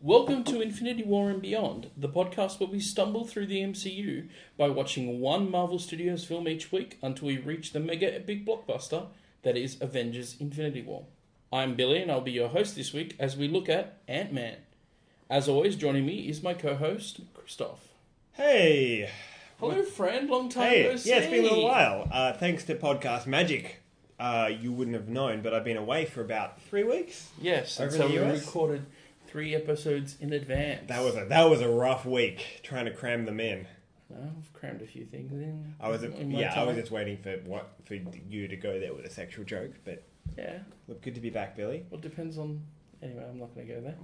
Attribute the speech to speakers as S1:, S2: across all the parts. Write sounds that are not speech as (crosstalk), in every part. S1: Welcome to Infinity War and Beyond, the podcast where we stumble through the MCU by watching one Marvel Studios film each week until we reach the mega epic blockbuster that is Avengers Infinity War. I'm Billy and I'll be your host this week as we look at Ant Man. As always, joining me is my co host, Christoph.
S2: Hey,
S1: Hello, friend. Long time
S2: hey,
S1: no
S2: yeah,
S1: see.
S2: it's been a little while. Uh, thanks to podcast magic, uh, you wouldn't have known, but I've been away for about three weeks.
S1: Yes, and
S2: Over
S1: so
S2: in
S1: we
S2: the US?
S1: recorded three episodes in advance.
S2: That was a that was a rough week trying to cram them in.
S1: I've crammed a few things in.
S2: I was
S1: in my
S2: yeah, I was
S1: time.
S2: just waiting for what for you to go there with a sexual joke, but
S1: Yeah.
S2: look, good to be back, Billy.
S1: Well, it depends on. Anyway, I'm not going to go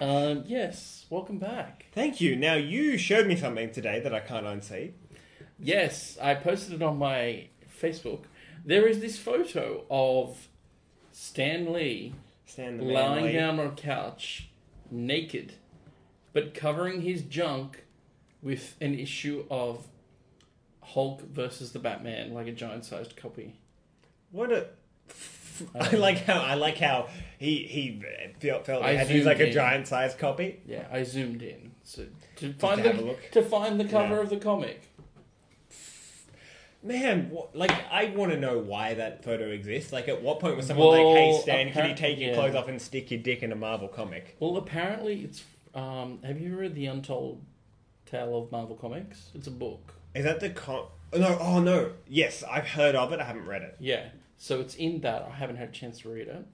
S1: there. um, yes, welcome back.
S2: Thank you. Now you showed me something today that I can't unsee.
S1: Yes, I posted it on my Facebook. There is this photo of Stan Lee
S2: Stand the man
S1: lying
S2: Lee.
S1: down on a couch, naked, but covering his junk with an issue of Hulk versus the Batman, like a giant-sized copy.
S2: What a. (laughs) I like how I like how he he felt felt
S1: Um, I
S2: as he's like
S1: zoomed
S2: a
S1: in.
S2: giant sized copy.
S1: Yeah, I zoomed in so to find
S2: have a
S1: the
S2: look.
S1: to find the cover
S2: Yeah.
S1: of the comic.
S2: Man, what, like I want to know why that photo exists. Like, at what point was someone like, "Hey,
S1: Well,
S2: Stan, can you
S1: appar-
S2: take your
S1: yeah.
S2: clothes off and stick your dick in a Marvel comic?"
S1: Well, apparently it's. Um, have you read the Untold Tale of Marvel Comics? It's a book.
S2: Is that the com? Oh, no, oh no, yes, I've heard of it. I haven't read it.
S1: Yeah. So it's in that. I haven't had a chance to read it.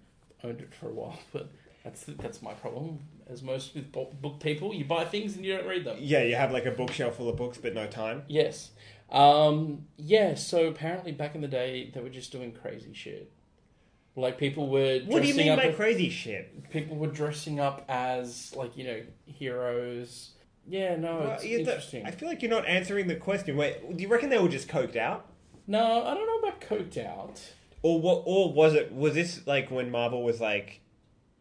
S1: Owned it for a while, (laughs) but that's that's my problem. As most with bo- book people, you buy things and you don't read them.
S2: Yeah, you have like a bookshelf full of books, but no time.
S1: Yes. Um, yeah. So apparently, back in the day, they were just doing crazy shit. Like people were.
S2: What do you
S1: dressing
S2: mean
S1: up
S2: by
S1: as-
S2: crazy shit?
S1: people were dressing up as like you know heroes. Yeah. No,
S2: Well,
S1: Oh, it's
S2: you- the-
S1: interesting.
S2: I feel like you're not answering the question. Wait, do you reckon they were just coked out,
S1: No, I don't know about coked out.
S2: or what? Or was it? Was this like when Marvel was like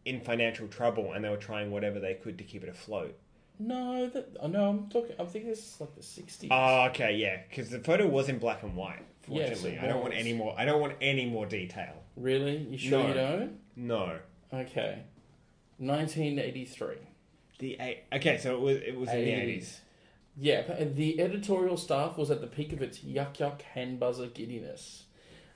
S2: in financial trouble and they were trying whatever they could to keep it afloat?
S1: No, that, oh, no, I'm talking. I'm thinking this is like the '60s.
S2: Oh, okay, yeah, because the photo was in black and white.
S1: Yes,
S2: Fortunately,
S1: it
S2: I don't
S1: was.
S2: want any more. I don't want any more detail.
S1: really? You sure
S2: No.
S1: you don't?
S2: No.
S1: Okay, 1983.
S2: The eight. Okay, so it was. It was in the eighties.
S1: Yeah, p- the editorial staff was at the peak of its yuck yuck hand buzzer giddiness.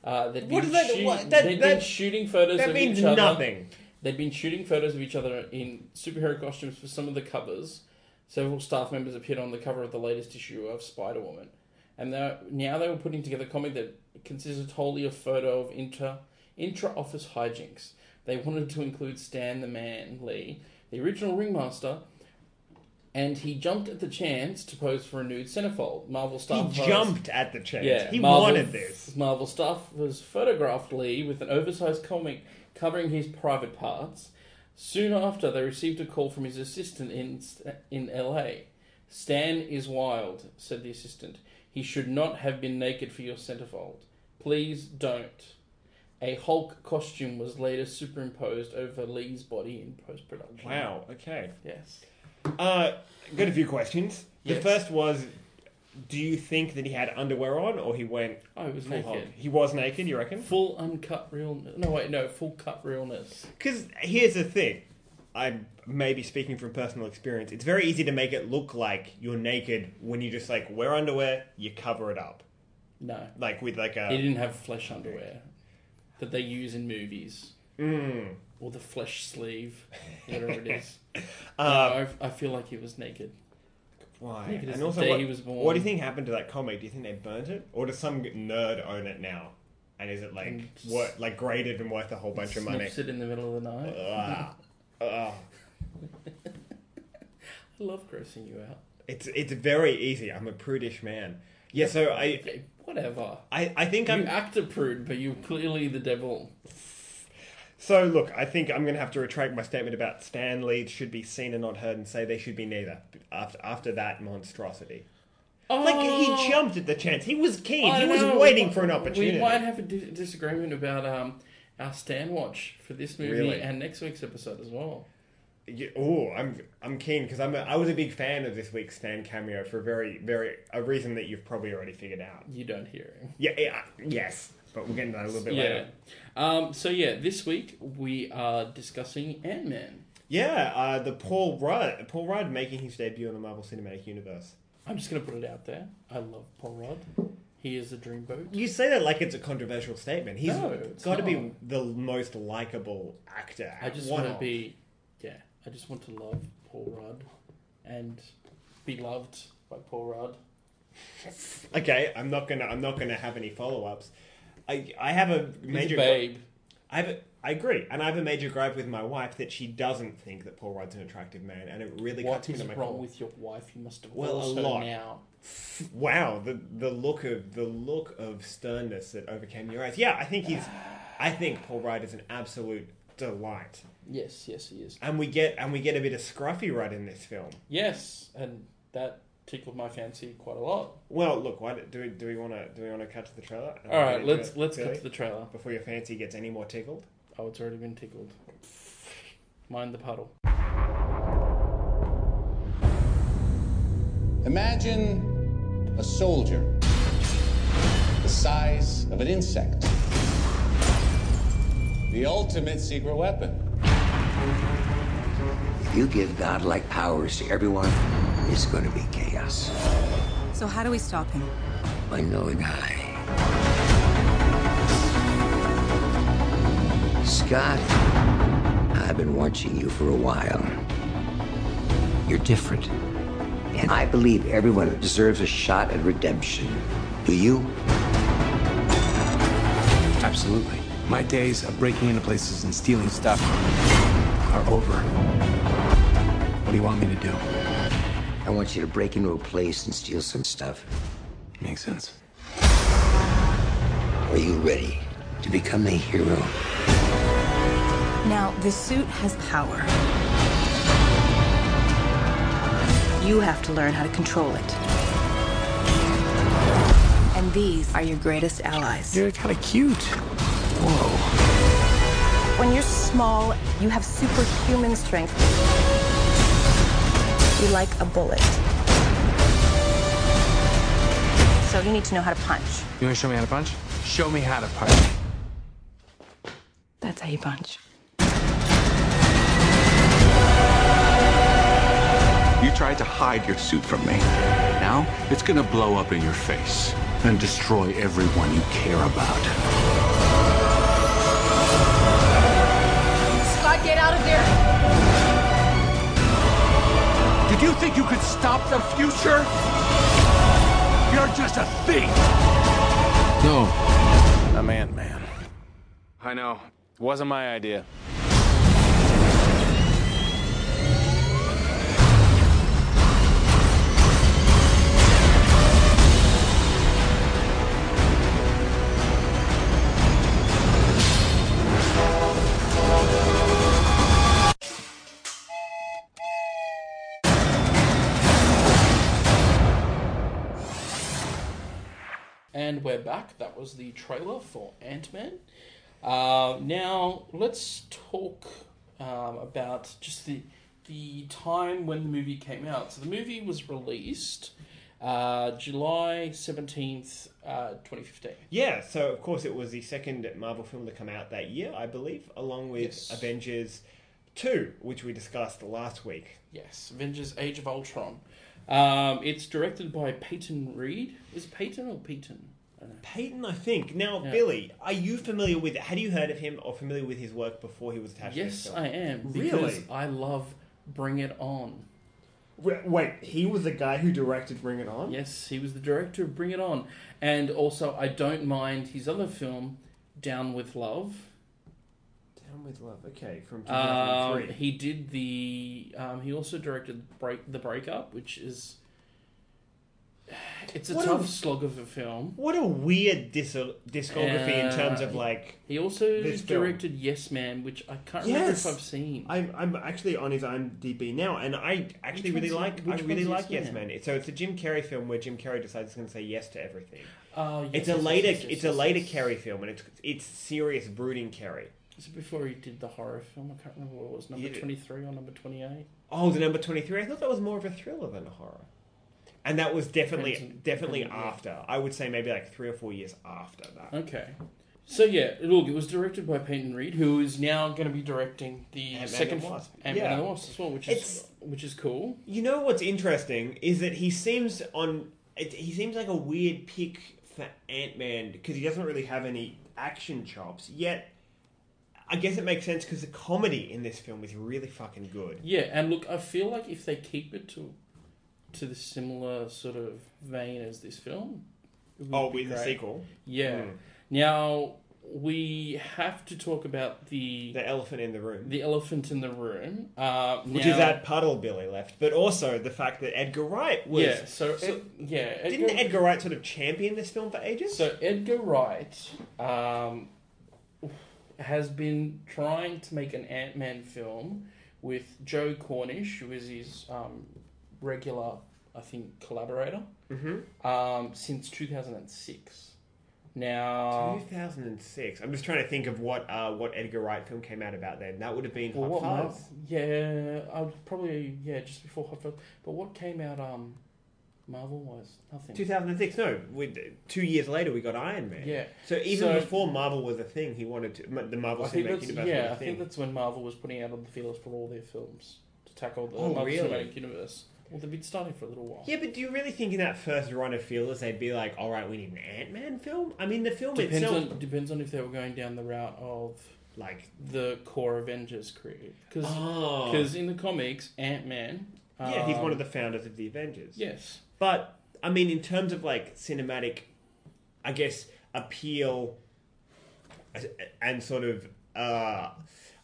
S1: Uh, they'd
S2: What
S1: been
S2: does that-
S1: shoot-
S2: what- that-
S1: they'd been
S2: that-
S1: shooting photos
S2: That
S1: of
S2: means
S1: each other.
S2: nothing.
S1: They'd been shooting photos of each other in superhero costumes for some of the covers. Several staff members appeared on the cover of the latest issue of Spider Woman. And they're- now they were putting together a comic that consisted wholly of photo of inter intra office hijinks. They wanted to include Stan the Man Lee, the original ringmaster, and he jumped at the chance to pose for a nude centerfold. Marvel staff
S2: He
S1: photos-
S2: jumped at the chance.
S1: yeah,
S2: he
S1: Marvel-
S2: wanted this.
S1: Marvel staff was photographed Lee with an oversized comic covering his private parts. Soon after, they received a call from his assistant in in L.A. Stan is wild," said the assistant. "He should not have been naked for your centerfold. Please don't." A Hulk costume was later superimposed over Lee's body in post production.
S2: Wow. Okay.
S1: Yes.
S2: Uh, got a few questions.
S1: Yes.
S2: The first was, do you think that he had underwear on, or he went
S1: Oh, it was
S2: full
S1: naked.
S2: hog? He was naked. You reckon?
S1: Full uncut realness. No, wait, no, full cut realness.
S2: Because here's the thing. I'm maybe speaking from personal experience. It's very easy to make it look like you're naked when you just like wear underwear, you cover it up.
S1: No.
S2: Like with like
S1: He
S2: a.
S1: didn't have flesh underwear that they use in movies
S2: Mm.
S1: or the flesh sleeve, whatever it is.
S2: (laughs) Uh,
S1: No, I, I feel like he was naked.
S2: why?
S1: Naked as
S2: And
S1: the
S2: also,
S1: day
S2: what,
S1: he was born.
S2: what do you think happened to that comic? Do you think they burnt it? Or does some nerd own it now? And is it like
S1: And Mm, just-
S2: wor- like graded and worth a whole bunch of money?
S1: Snips it in the middle of the (laughs) night.
S2: Ugh. Ugh.
S1: I love grossing you out.
S2: It's it's very easy. I'm a prudish man. Yeah, so I
S1: Okay, whatever.
S2: I, I think
S1: You
S2: I'm
S1: act a prude, but you're clearly the devil.
S2: So look, I think I'm going to have to retract my statement about Stan Lee should be seen and not heard, and say they should be neither. After after that monstrosity,
S1: Oh,
S2: like he jumped at the chance. He was keen.
S1: I
S2: He
S1: don't
S2: was
S1: know.
S2: waiting for an opportunity.
S1: We might have a di- disagreement about um, our stand watch for this movie
S2: Really?
S1: and next week's episode as well.
S2: Yeah, oh, I'm I'm keen because I'm a, I was a big fan of this week's Stan cameo for a very very a reason that you've probably already figured out.
S1: You don't hear him.
S2: Yeah, yeah uh, yes, but we'll get into that a little bit
S1: yeah.
S2: later.
S1: Um, so yeah, this week we are discussing Ant Man.
S2: Yeah, uh, the Paul Rudd, Paul Rudd making his debut in the Marvel Cinematic Universe.
S1: I'm just going to put it out there. I love Paul Rudd. He is a dreamboat.
S2: You say that like it's a controversial statement. He's
S1: No, it's
S2: got to be
S1: not.
S2: the most likable actor.
S1: I just
S2: One
S1: want to
S2: of.
S1: be, yeah, I just want to love Paul Rudd and be loved by Paul Rudd.
S2: Okay, I'm not gonna. I'm not gonna have any follow-ups. I I have a
S1: He's
S2: major.
S1: a babe.
S2: I have. A, I agree, and I have a major gripe with my wife that she doesn't think that Paul Rudd's an attractive man, and it really
S1: What
S2: cuts me
S1: is
S2: to my
S1: wrong
S2: core.
S1: with your wife? You must divorce
S2: Well, a
S1: her
S2: lot.
S1: now.
S2: Wow, the the look of the look of sternness that overcame your eyes. Yeah, I think he's. I think Paul Rudd is an absolute delight,
S1: Yes, yes, he is.
S2: and we get and we get a bit of scruffy Rudd in this film.
S1: Yes, and that tickled my fancy quite a lot.
S2: Well, look, why do, do we do we want to do we want to cut to the trailer? And
S1: All
S2: get
S1: right,
S2: into
S1: let's
S2: it
S1: let's
S2: really?
S1: cut to the trailer.
S2: before your fancy gets any more tickled.
S1: Oh, it's already been tickled. Mind the puddle.
S3: Imagine a soldier the size of an insect. The ultimate secret weapon.
S4: If you give godlike powers to everyone, it's going to be chaos.
S5: So how do we stop him?
S4: I know an eye. Scott, I've been watching you for a while. You're different. And I believe everyone deserves a shot at redemption. Do you?
S6: Absolutely. My days of breaking into places and stealing stuff are over. What do you want me to do?
S4: I want you to break into a place and steal some stuff.
S6: Makes sense.
S4: Are you ready to become a hero?
S5: Now, the suit has power. You have to learn how to control it. And these are your greatest allies.
S6: You're kind of cute. Whoa.
S5: When you're small, you have superhuman strength. You're like a bullet. So you need to know how to punch.
S6: You want to show me how to punch? Show me how to punch.
S5: That's how you punch.
S7: You tried to hide your suit from me. Now it's gonna blow up in your face and destroy everyone you care about.
S5: Scott, get out of there!
S7: Did you think you could stop the future? You're just a thief!
S6: No. I'm Ant Man. I know. Wasn't my idea.
S1: And we're back. That was the trailer for Ant Man. Uh, now let's talk um, about just the the time when the movie came out. So the movie was released uh, July seventeenth, uh, twenty fifteen.
S2: Yeah, so of course it was the second Marvel film to come out that year, I believe, along with
S1: Yes.
S2: Avengers 2, which we discussed last week.
S1: Yes, Avengers: Age of Ultron. Um, it's directed by Peyton Reed. Is it Peyton or Peyton? I don't know.
S2: Peyton, I think. Now, Billy, are you familiar with, had you heard of him or familiar with his work before he was attached
S1: Yes,
S2: to this
S1: I
S2: film?
S1: am.
S2: Really?
S1: Because I love Bring It On.
S2: Yes, I... Wait, he was the guy who directed Bring It On?
S1: Yes, he was the director of Bring It On. And also, I don't mind his other film, Down with Love.
S2: Down with Love, okay, from
S1: Um,
S2: 2003.
S1: he did the. Um, he also directed Break The Breakup, which is. It's a
S2: What a-
S1: tough slog of a film.
S2: What a weird dis- discography in terms of
S1: Uh,
S2: like.
S1: He also
S2: This film.
S1: directed Yes Man, which I can't remember
S2: Yes.
S1: if I've seen.
S2: I'm, I'm actually on his IMDb now, and I actually
S1: Which
S2: really
S1: one's-
S2: like I
S1: which
S2: really
S1: one's
S2: like
S1: Yes
S2: Yes
S1: Man?
S2: Man. So it's a Jim Carrey film where Jim Carrey decides he's going to say yes to everything.
S1: Oh, yes,
S2: It's a
S1: yes, yes,
S2: later
S1: yes, yes,
S2: it's a
S1: yes,
S2: later
S1: yes.
S2: Carrey film, and it's it's serious brooding Carrey.
S1: Is it before he did the horror film? I can't remember what it was. Number
S2: Yeah.
S1: 23 or number 28?
S2: Oh, the number twenty three. I thought that was more of a thriller than a horror, and that was definitely
S1: Depends on-
S2: definitely
S1: depending, yeah.
S2: after. I would say maybe like three or four years after that.
S1: Okay. So yeah, look, it was directed by Peyton Reed, who is now going to be directing the
S2: and the
S1: second
S2: Wasp.
S1: Ant-Man and the
S2: Yeah.
S1: Wasp as well, which
S2: It's-
S1: is which is cool.
S2: You know what's interesting is that he seems on. It, he seems like a weird pick for Ant Man because he doesn't really have any action chops. Yet, I guess it makes sense because the comedy in this film is really fucking good.
S1: Yeah, and look, I feel like if they keep it to to the similar sort of vein as this film, it would
S2: Oh,
S1: be
S2: with the
S1: great.
S2: sequel,
S1: Yeah.
S2: Mm.
S1: Now we have to talk about the
S2: the elephant in the room,
S1: the elephant in the room, uh,
S2: which
S1: now-
S2: is that puddle Billy left, but also the fact that Edgar Wright was.
S1: yeah. So, Ed- yeah,
S2: Didn't Edgar Wright sort of champion this film for ages?
S1: So Edgar Wright um, has been trying to make an Ant Man film with Joe Cornish, who is his um, regular, I think, collaborator, mm-hmm. um, since two thousand and six. Now,
S2: 2006. I'm just trying to think of what uh, what Edgar Wright film came out about then. That would have been
S1: well, what
S2: Hot Fuzz.
S1: month? Yeah, I would probably yeah just before Hot Fuzz. But what came out um, Marvel wise? Nothing.
S2: 2006. No, with two years later we got Iron Man.
S1: Yeah.
S2: So even
S1: So-
S2: before Marvel was a thing, he wanted to ma- the Marvel
S1: I think
S2: Cinematic
S1: that's
S2: Universe
S1: yeah. I
S2: was a
S1: think
S2: thing.
S1: that's when Marvel was putting out on the feelers for all their films to tackle the
S2: Oh,
S1: Marvel
S2: really?
S1: Cinematic Universe. Well, they've been starting for a little while.
S2: Yeah, but do you really think in that first run of feelers they'd be like, "All right, we need an Ant Man film"? I mean, the film
S1: depends
S2: itself,
S1: on depends on if they were going down the route of
S2: like,
S1: the core Avengers creed because
S2: Oh.
S1: in the comics Ant Man.
S2: yeah, he's one of the
S1: Um,
S2: founders of the Avengers.
S1: Yes.
S2: But I mean, in terms of like cinematic, I guess appeal as- and sort of, uh,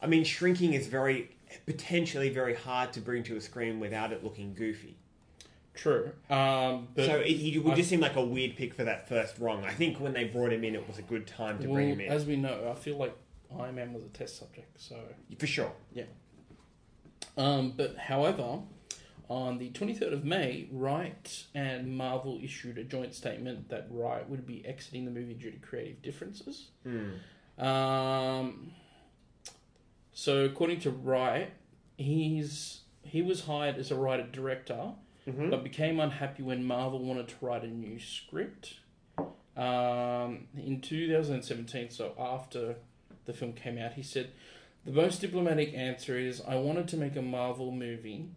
S2: I mean, shrinking is very potentially very hard to bring to a screen without it looking goofy.
S1: True. Um, but
S2: so it, he would
S1: I-
S2: just seem like a weird pick for that first rung. I think when they brought him in, it was a good time to
S1: well,
S2: bring him in
S1: as we know, I feel like Iron Man was a test subject. So
S2: for sure.
S1: yeah. Um, but however, on the 23rd of May, Wright and Marvel issued a joint statement that Wright would be exiting the movie due to creative differences. Um, so, according to Wright, he's he was hired as a writer director, but became unhappy when Marvel wanted to write a new script. Um, in 2017, so after the film came out, he said, "The most diplomatic answer is I wanted to make a Marvel movie,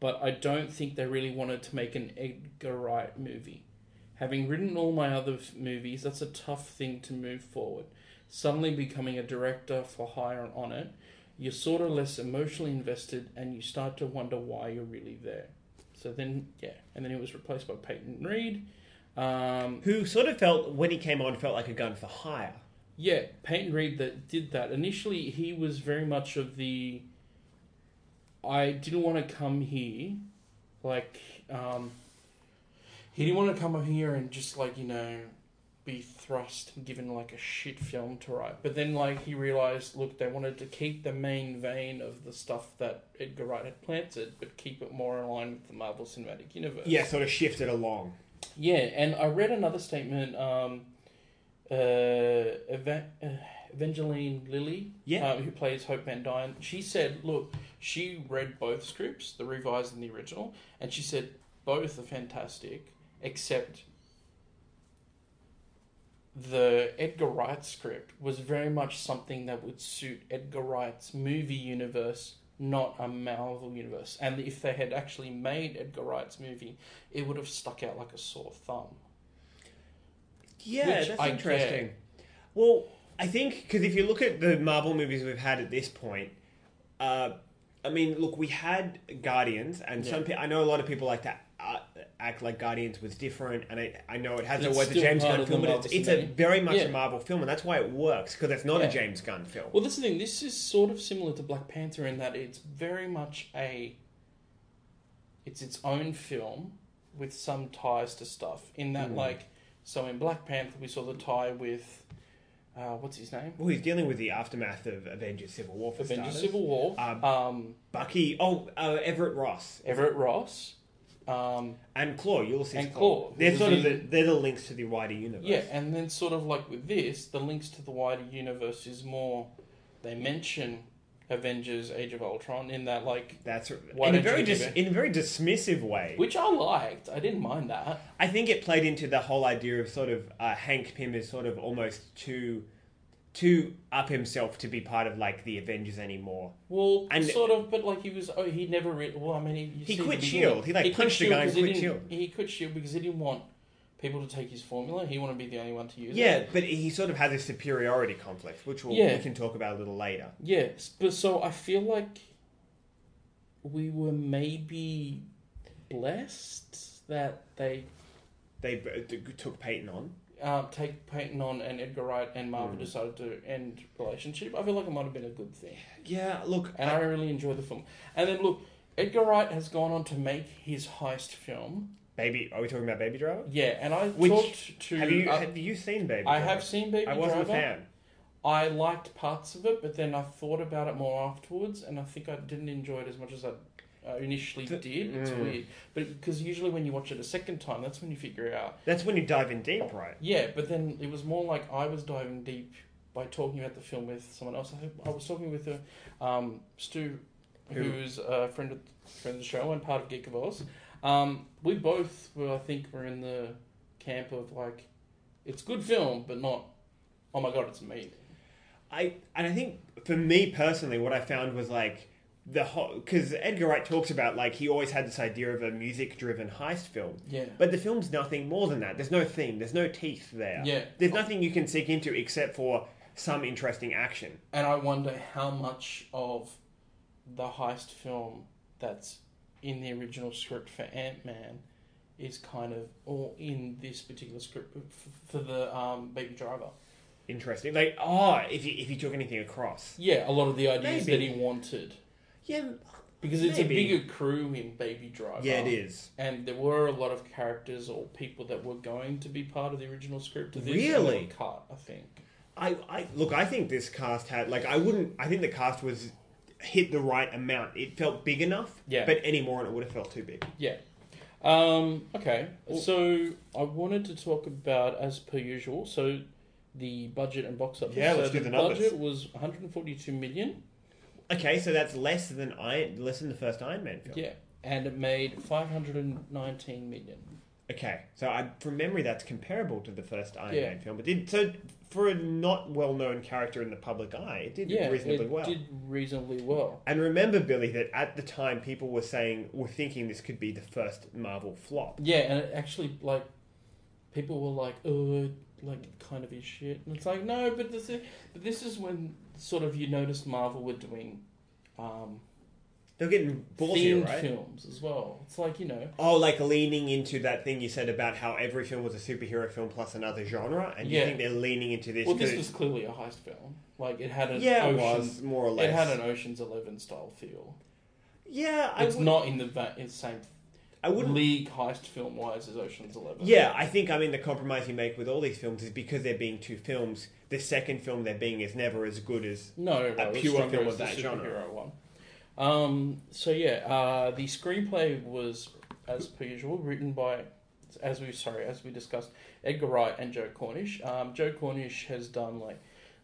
S1: but I don't think they really wanted to make an Edgar Wright movie." Having written all my other f- movies, that's a tough thing to move forward. Suddenly becoming a director for hire on it, you're sort of less emotionally invested and you start to wonder why you're really there. So then, yeah, and then it was replaced by Peyton Reed. Um,
S2: Who sort of felt when he came on felt like a gun for hire.
S1: yeah, Peyton Reed that did that. Initially, he was very much of the. I didn't want to come here, like um. He didn't want to come here and just like you know, be thrust and given like a shit film to write. But then like he realized, look, they wanted to keep the main vein of the stuff that Edgar Wright had planted, but keep it more in line with the Marvel Cinematic Universe.
S2: Yeah, sort of shifted along.
S1: Yeah, and I read another statement. Um, uh, Eva- uh, Evangeline Lilly,
S2: Yeah.
S1: uh, who plays Hope Van Dyne, she said, "Look, she read both scripts, the revised and the original, and she said both are fantastic, except the Edgar Wright script was very much something that would suit Edgar Wright's movie universe, not a Marvel universe. And if they had actually made Edgar Wright's movie, it would have stuck out like a sore thumb.
S2: Yeah,
S1: Which
S2: that's
S1: I
S2: interesting. Well, I think because if you look at the Marvel movies we've had at this point, uh, I mean, look, we had Guardians, and some pe- I know a lot of people like to uh, act like Guardians was different, and I, I know it hasn't
S1: It's
S2: always a
S1: still
S2: James
S1: part
S2: Gunn
S1: of the
S2: film, but it's,
S1: Marvel
S2: it's a
S1: cinematic.
S2: very much
S1: Yeah.
S2: a Marvel film, and that's why it works because it's not a
S1: Yeah.
S2: James Gunn film.
S1: Well, that's the thing. This is sort of similar to Black Panther in that it's very much a. It's its own film with some ties to stuff. In that, like, so in Black Panther, we saw the tie with. Uh, what's his name?
S2: Well, he's dealing with the aftermath of Avengers: Civil War for
S1: Avengers
S2: starters.
S1: Civil War.
S2: Um,
S1: um,
S2: Bucky, oh uh, Everett Ross
S1: Everett Ross. Um,
S2: and Claw, Ulysses
S1: And
S2: Claw.
S1: Claw, who
S2: They're
S1: was
S2: sort of the,
S1: in-
S2: they're the links to the wider universe.
S1: yeah, and then sort of like with this, the links to the wider universe is more. They mention Avengers: Age of Ultron in that, like,
S2: That's
S1: Why
S2: in a
S1: don't
S2: very
S1: you give
S2: dis-
S1: it-
S2: in a very dismissive way.
S1: which I liked. I didn't mind that.
S2: I think it played into the whole idea of sort of uh, Hank Pym is sort of almost too too up himself to be part of like the Avengers anymore.
S1: Well,
S2: And-
S1: sort of, but like he was. Oh, he never. Re- well, I mean, he, you
S2: He
S1: see the
S2: quit
S1: beginning.
S2: S.H.I.E.L.D.. E He, like,
S1: quit
S2: punched a guy
S1: E
S2: and
S1: because he
S2: quit
S1: didn't-
S2: S.H.I.E.L.D..
S1: He quit Shield because he didn't want people to take his formula. He wanted to be the only one to use. it.
S2: Yeah, but he sort of has a superiority conflict, which we'll,
S1: Yeah.
S2: we can talk about a little later.
S1: yeah. But so I feel like we were maybe blessed that they
S2: They b- t- took Peyton on.
S1: uh, take Peyton on and Edgar Wright and
S2: Mm.
S1: Marvel decided to end relationship. I feel like it might have been a good thing.
S2: Yeah, look,
S1: and I really enjoyed the film. And then look, Edgar Wright has gone on to make his heist film.
S2: baby, are we talking about Baby Driver?
S1: Yeah, and I
S2: Which
S1: talked to.
S2: have you
S1: uh,
S2: have you seen Baby?
S1: I
S2: Driver?
S1: have seen Baby
S2: I wasn't
S1: Driver.
S2: a fan.
S1: I liked parts of it, but then I thought about it more afterwards, and I think I didn't enjoy it as much as I uh, initially did. It's
S2: Mm.
S1: weird, but because usually when you watch it a second time, that's when you figure it out.
S2: That's when you dive in deep, right?
S1: Yeah, but then it was more like I was diving deep by talking about the film with someone else. I, think I was talking with uh, um, Stu, who's a friend of, friend of the show and part of Geek of Oz. Um, we both were, I think, were in the camp of like, it's good film, but not, oh my god, it's me.
S2: I and I think for me personally, what I found was like the whole because Edgar Wright talks about like he always had this idea of a music-driven heist film.
S1: Yeah.
S2: But the film's nothing more than that. There's no theme. There's no teeth there.
S1: Yeah.
S2: There's nothing you can sink into except for some interesting action.
S1: And I wonder how much of the heist film that's in the original script for Ant Man is kind of all in this particular script f- for the um, Baby Driver.
S2: Interesting. Like oh, if you if you took anything across.
S1: Yeah, a lot of the ideas
S2: Maybe.
S1: that he wanted.
S2: Yeah.
S1: Because it's
S2: Maybe.
S1: a bigger crew in Baby Driver.
S2: Yeah, it is.
S1: And there were a lot of characters or people that were going to be part of the original script of this. and
S2: Really?
S1: they were Cut, I think.
S2: I, I look. I think this cast had like I wouldn't. I think the cast was hit the right amount. It felt big enough.
S1: Yeah.
S2: But any more, and it would have felt too big.
S1: Yeah. Um, okay. So I wanted to talk about, as per usual, so the budget and box office.
S2: Yeah, let's
S1: so
S2: do the numbers.
S1: budget was 142 million.
S2: Okay, so that's less than Iron, less than the first Iron Man film.
S1: Yeah. And it made 519 million.
S2: Okay, so I from memory that's comparable to the first Iron
S1: Yeah.
S2: Man film. But did so for a not well known character in the public eye, it did
S1: Yeah,
S2: reasonably
S1: it
S2: well.
S1: did reasonably well.
S2: And remember, Billy, that at the time people were saying were thinking this could be the first Marvel flop.
S1: Yeah, and it actually, like, people were like, "Oh, like, it kind of is shit." And it's like, no, but this is, but this is when sort of you noticed Marvel were doing um,
S2: They're getting ballsy,
S1: themed
S2: right?
S1: films as well. It's like you know,
S2: Oh, like leaning into that thing you said about how every film was a superhero film plus another genre, and you
S1: Yeah.
S2: think they're leaning into this.
S1: well, this
S2: 'cause
S1: was clearly a heist film. Like, it had an
S2: Yeah, it
S1: ocean,
S2: was, more or less.
S1: It had an Ocean's Eleven style feel.
S2: yeah, I
S1: It's
S2: would-
S1: not in the va- in the same
S2: I wouldn't.
S1: league heist film wise as Ocean's Eleven.
S2: Yeah, I think I mean the compromise you make with all these films is because they're being two films. The second film they're being is never as good as
S1: No, no, no,
S2: a
S1: it's
S2: pure
S1: stronger
S2: film
S1: as
S2: of
S1: the
S2: that genre.
S1: superhero one. Um, so yeah, uh, the screenplay was, as per usual, written by, as we sorry, as we discussed, Edgar Wright and Joe Cornish. Um, Joe Cornish has done like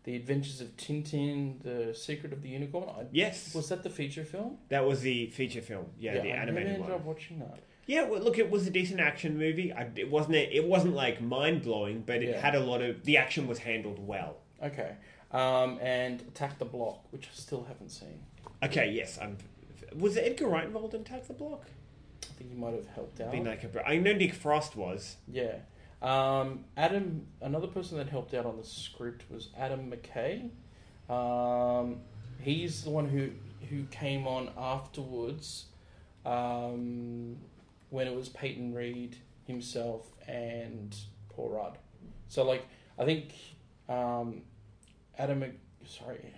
S1: the Adventures of Tintin, The Secret of the Unicorn. I,
S2: Yes,
S1: was that the feature film?
S2: that was the feature film. Yeah, the
S1: I never
S2: animated
S1: ended
S2: one.
S1: up watching that.
S2: Yeah, well, look, it was a decent action movie. I, it wasn't. A, it wasn't like mind blowing, but it
S1: Yeah.
S2: had a lot of. The action was handled well.
S1: Okay, um, and Attack the Block, which I still haven't seen.
S2: Okay, yes, I'm. Was Edgar Wright involved in Attack the Block?
S1: I think he might have helped out.
S2: Been like a, I know Nick Frost was.
S1: Yeah. Um, Adam, another person that helped out on the script was Adam McKay. Um, he's the one who who came on afterwards um, when it was Peyton Reed himself and Paul Rudd. So like I think um, Adam, Mc- sorry,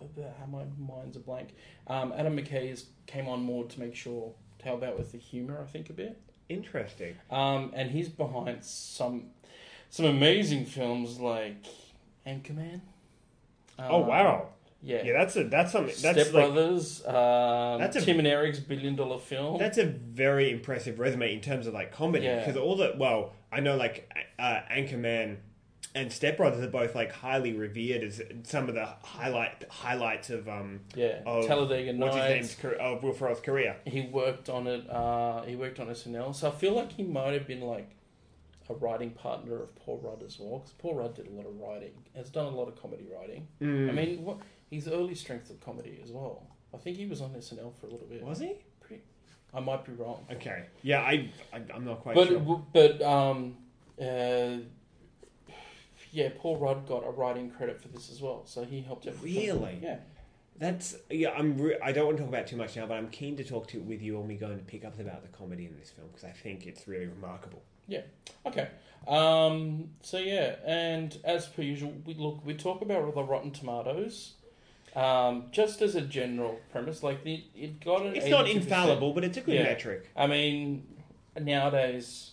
S1: how my mind's a blank. Um, Adam McKay is, came on more to make sure to help out with the humor, I think a bit.
S2: Interesting.
S1: Um, and he's behind some some amazing films like Anchorman. Um,
S2: oh wow.
S1: Yeah.
S2: Yeah, that's a that's something that's
S1: Step
S2: like
S1: Brothers. Um,
S2: That's a-
S1: Tim and Eric's billion dollar film.
S2: That's a very impressive resume in terms of like comedy
S1: Yeah.
S2: because all the well, I know like uh, Anchorman and Step Brothers are both like highly revered as some of the highlight highlights of um
S1: Yeah,
S2: of,
S1: Talladega
S2: what's his name's
S1: Nights.
S2: career, of Will Ferrell's career.
S1: he worked on it. Uh, he worked on SNL, so I feel like he might have been like a writing partner of Paul Rudd as well, because Paul Rudd did a lot of writing, has done a lot of comedy writing.
S2: Mm.
S1: I mean, what, his early strength of comedy as well. I think he was on SNL for a little bit.
S2: Was he?
S1: Pretty, I might be wrong.
S2: Okay. Yeah, I, I I'm not quite
S1: But
S2: sure.
S1: w but um, uh, yeah, Paul Rudd got a writing credit for this as well, so he helped out. with the-
S2: Really?
S1: Yeah.
S2: That's yeah. I'm. Re- I don't want to talk about it too much now, but I'm keen to talk to with you when we go and pick up about the comedy in this film because I think it's really remarkable.
S1: Yeah. Okay. Um, so yeah, and as per usual, we look we talk about the Rotten Tomatoes. Um, just as a general premise, like the, it got an
S2: It's not
S1: 82%.
S2: infallible, but it's a good
S1: Yeah.
S2: metric.
S1: I mean, nowadays,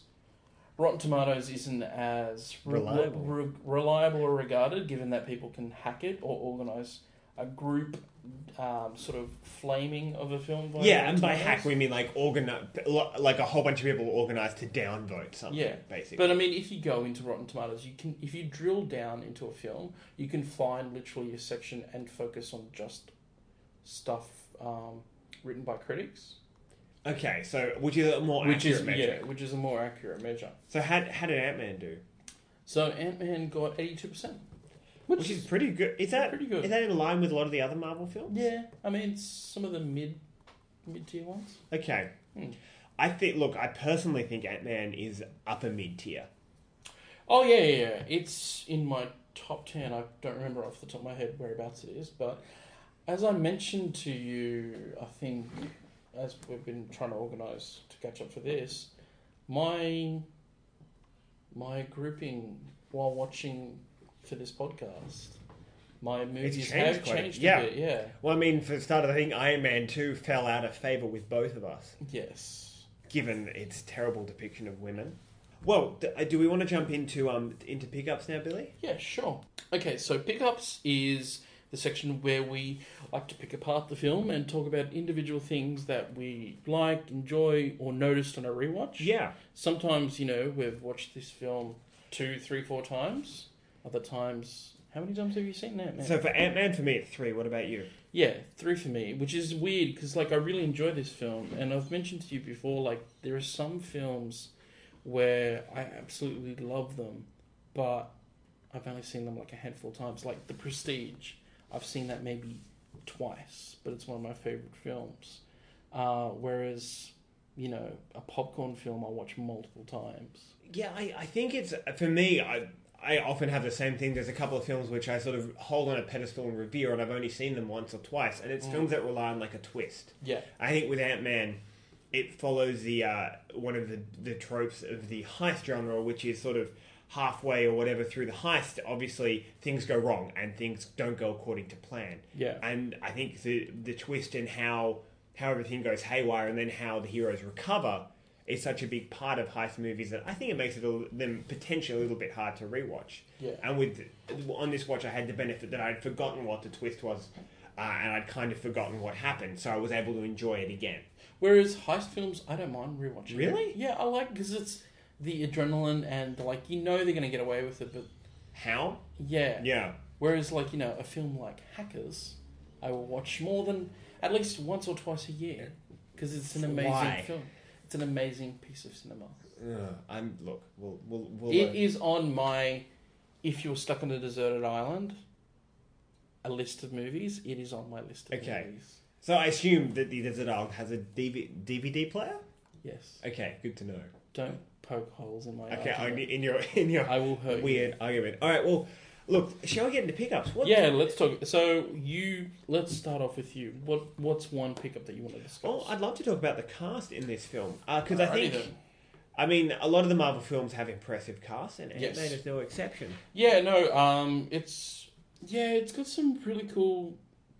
S1: Rotten Tomatoes isn't as re-
S2: Reliable.
S1: re- reliable or regarded, given that people can hack it or organize a group um, sort of flaming of a film. By
S2: Yeah,
S1: Rotten
S2: and by
S1: Tomatoes.
S2: hack we mean like organize, like a whole bunch of people organize to downvote something.
S1: Yeah,
S2: basically.
S1: But I mean, if you go into Rotten Tomatoes, you can if you drill down into a film, you can find literally a section and focus on just stuff um, written by critics,
S2: okay, so which is a more
S1: which
S2: accurate
S1: is
S2: metric.
S1: yeah, which is a more accurate measure.
S2: So how how did Ant Man do?
S1: So Ant Man got eighty two percent,
S2: Which is pretty good. Is that
S1: Pretty good.
S2: Is that in line with a lot of the other Marvel films?
S1: yeah. I mean, it's some of the mid mid tier ones.
S2: Okay.
S1: Hmm.
S2: I think. Look, I personally think Ant Man is upper mid tier.
S1: Oh yeah, yeah, yeah. It's in my top ten. I don't remember off the top of my head whereabouts it is, but as I mentioned to you, I think as we've been trying to organise to catch up for this, my my grouping while watching for this podcast, my movies
S2: changed
S1: have
S2: quite a-
S1: changed a,
S2: yeah.
S1: bit. Yeah.
S2: Well, I mean, for the start of the thing, Iron Man 2 fell out of favour with both of us,
S1: Yes.
S2: given its terrible depiction of women. Well, d- uh, do we want to jump into um into pickups now, Billy?
S1: Yeah, sure. Okay, so pickups is the section where we like to pick apart the film and talk about individual things that we like, enjoy, or noticed on a rewatch.
S2: Yeah.
S1: Sometimes, you know, we've watched this film two, three, four times. Other times, how many times have you seen that, man?
S2: So for Ant Man, for me, it's three. What about you?
S1: yeah, three for me, which is weird because, like, I really enjoy this film. And I've mentioned to you before, like, there are some films where I absolutely love them, but I've only seen them like a handful of times. Like The Prestige, I've seen that maybe twice, but it's one of my favorite films. Uh, whereas, you know, a popcorn film I watch multiple times.
S2: Yeah, I, I think it's for me. I I often have the same thing. There's a couple of films which I sort of hold on a pedestal and revere, and I've only seen them once or twice. And it's films that rely on like a twist.
S1: Mm. Yeah.
S2: I think with Ant Man, it follows the uh, one of the the tropes of the heist genre, which is sort of halfway or whatever through the heist. Obviously, things go wrong and things don't go according to plan.
S1: Yeah.
S2: and I think the the twist and how how everything goes haywire and then how the heroes recover is such a big part of heist movies that I think it makes it a, them potentially a little bit hard to rewatch.
S1: Yeah.
S2: and with on this watch, I had the benefit that I had forgotten what the twist was. Uh, and I'd kind of forgotten what happened, so I was able to enjoy it again.
S1: Whereas heist films, I don't mind rewatching.
S2: Really?
S1: Yeah, I like because it's the adrenaline and like you know they're gonna get away with it, but
S2: How?
S1: yeah,
S2: Yeah.
S1: Whereas like you know a film like Hackers, I will watch more than at least once or twice a year because it's an amazing
S2: Why?
S1: film. It's an amazing piece of cinema.
S2: Ugh, Uh, I'm look. We'll we'll we'll.
S1: It is on my if you're stuck on a deserted island, a list of movies. It is on my list of
S2: Okay.
S1: movies.
S2: so I assume that the Desert Island has a DV, DVD player.
S1: Yes.
S2: Okay, good to know.
S1: Don't poke holes in my.
S2: Okay,
S1: argument.
S2: I, in your (laughs) in your
S1: I will hurt you.
S2: weird argument. All right. Well, look. Shall we get into pickups? What
S1: Yeah, let's talk. So you, let's start off with you. What what's one pickup that you want to discuss?
S2: Oh, I'd love to talk about the cast in this film because I
S1: Alrighty
S2: think.
S1: then.
S2: I mean, a lot of the Marvel films have impressive casts, and Ant
S1: Yes.
S2: Man is no exception.
S1: yeah, no, um, it's yeah, it's got some really cool.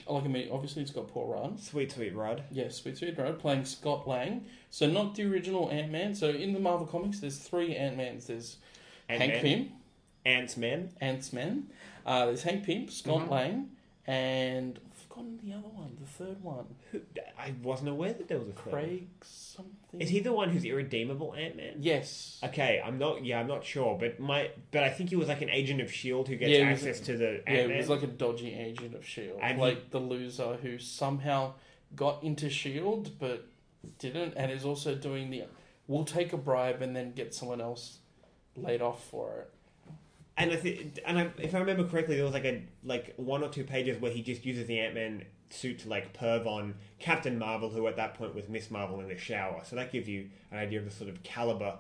S1: Like I mean, obviously it's got Paul Rudd.
S2: Sweet, sweet Rudd.
S1: Yeah, Sweet Sweet Rudd playing Scott Lang. So not the original Ant Man. So in the Marvel comics, there's three Ant Mans. There's Hank
S2: Ant-Man.
S1: Pym,
S2: Ants Man.
S1: Ant Man. Uh, there's Hank Pym, Scott
S2: Mm-hmm.
S1: Lang, and I've forgotten the other one, the third one,
S2: Who, I wasn't aware that there was a third.
S1: Craig something.
S2: Is he the one who's irredeemable Ant Man?
S1: Yes.
S2: Okay, I'm not. Yeah, I'm not sure, but my but I think he was like an agent of Shield E who gets
S1: Yeah, he was
S2: access
S1: a-
S2: to the
S1: Yeah,
S2: Ant-Man.
S1: it was like a dodgy agent of Shield,
S2: And he-
S1: E like the loser who somehow got into Shield but didn't, and is also doing the "we'll take a bribe and then get someone else laid off for it.
S2: And I think, and I, if I remember correctly, there was like a like one or two pages where he just uses the Ant Man suit to like perv on Captain Marvel, who at that point was Miss Marvel in the shower. So that gives you an idea of the sort of caliber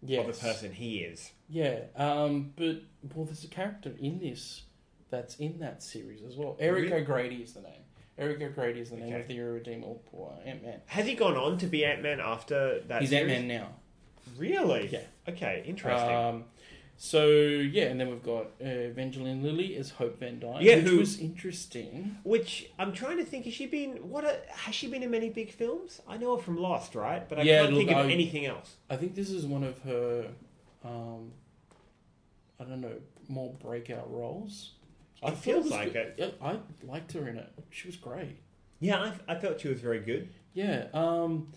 S1: Yes.
S2: of the person he is.
S1: Yeah, um, but well, there's a character in this that's in that series as well. Eric
S2: Really?
S1: O'Grady is the name. Eric O'Grady is the name
S2: Okay.
S1: of the irredeemable poor Ant Man.
S2: Has he gone on to be Ant Man after that?
S1: He's Ant
S2: series?
S1: Man now.
S2: Really?
S1: Yeah.
S2: Okay. Interesting.
S1: Um, so yeah, and then we've got uh, Evangeline Lilly as Hope Van Dyne,
S2: Yeah,
S1: which
S2: who-
S1: was interesting.
S2: Which I'm trying to think. Has she been? What a, has she been in many big films? I know her from Lost, right? But I
S1: Yeah,
S2: can't
S1: look,
S2: think of
S1: I-
S2: anything else.
S1: I think this is one of her, um, I don't know, more breakout roles. I
S2: It
S1: thought
S2: feels
S1: was
S2: like
S1: good.
S2: it.
S1: Yeah, I liked her in it. She was great.
S2: Yeah, I, I felt she was very good.
S1: Yeah. Um,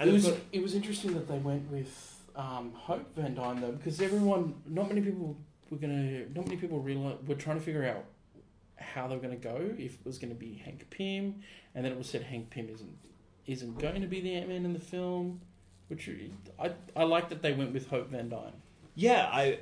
S2: And
S1: it was
S2: they've got-
S1: it was interesting that they went with um, Hope Van Dyne though, because everyone, not many people were gonna, not many people realize were trying to figure out how they were gonna go if it was gonna be Hank Pym, and then it was said Hank Pym isn't isn't going to be the Ant Man in the film, which I I like that they went with Hope Van Dyne.
S2: Yeah, I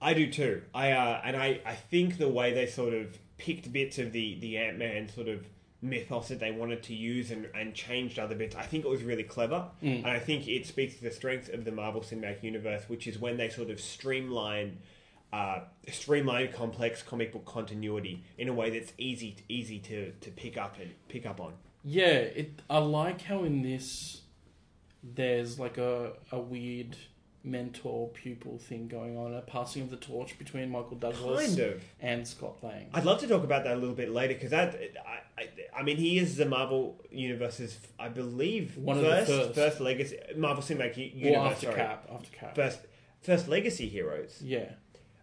S2: I do too. I uh, and I, I think the way they sort of picked bits of the the Ant Man sort of mythos that they wanted to use and, and changed other bits, I think it was really clever. And I think it speaks to the strength of the Marvel Cinematic Universe, which is when they sort of streamline uh, streamline complex comic book continuity in a way that's easy easy to, to pick up and pick up on.
S1: Yeah, it. I like how in this there's like a a weird mentor pupil thing going on, a passing of the torch between Michael Douglas
S2: Kind of.
S1: and Scott Lang.
S2: I'd love to talk about that a little bit later because that, I, I, I mean, he is the Marvel Universe's, I believe,
S1: One of the
S2: first,
S1: first.
S2: first legacy Marvel Cinematic U-
S1: Or
S2: Universe.
S1: after
S2: sorry.
S1: Cap, after Cap.
S2: first, first legacy heroes.
S1: yeah.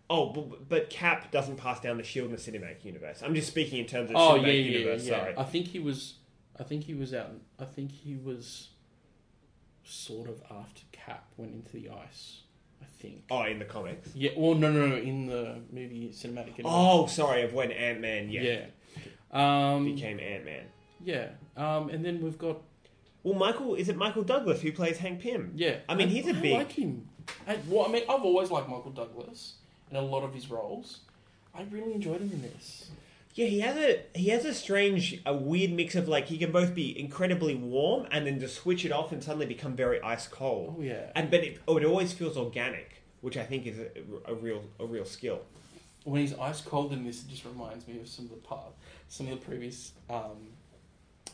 S2: Oh, but, but Cap doesn't pass down the shield in the Cinematic Universe. I'm just speaking in terms of
S1: Oh yeah,
S2: Cinematic
S1: yeah,
S2: Universe.
S1: yeah.
S2: Sorry,
S1: I think he was. I think he was out. I think he was sort of after Cap went into the ice. I think.
S2: oh, in the comics.
S1: Yeah. Well, no, no, no. In the movie cinematic. universe.
S2: Oh, sorry, of when Ant Man, yeah,
S1: yeah. Um,
S2: became Ant Man.
S1: yeah. Um, and then we've got
S2: Well, Michael, is it Michael Douglas who plays Hank Pym?
S1: Yeah,
S2: I mean, he's a
S1: I
S2: big.
S1: like him. I, well, I mean, I've always liked Michael Douglas in a lot of his roles. I really enjoyed him in this.
S2: Yeah, he has a he has a strange, a weird mix of like he can both be incredibly warm and then just switch it off and suddenly become very ice cold.
S1: Oh, yeah.
S2: and but it, oh, it always feels organic, which I think is a, a real a real skill.
S1: When he's ice cold in this, it just reminds me of some of the part, some of the previous um,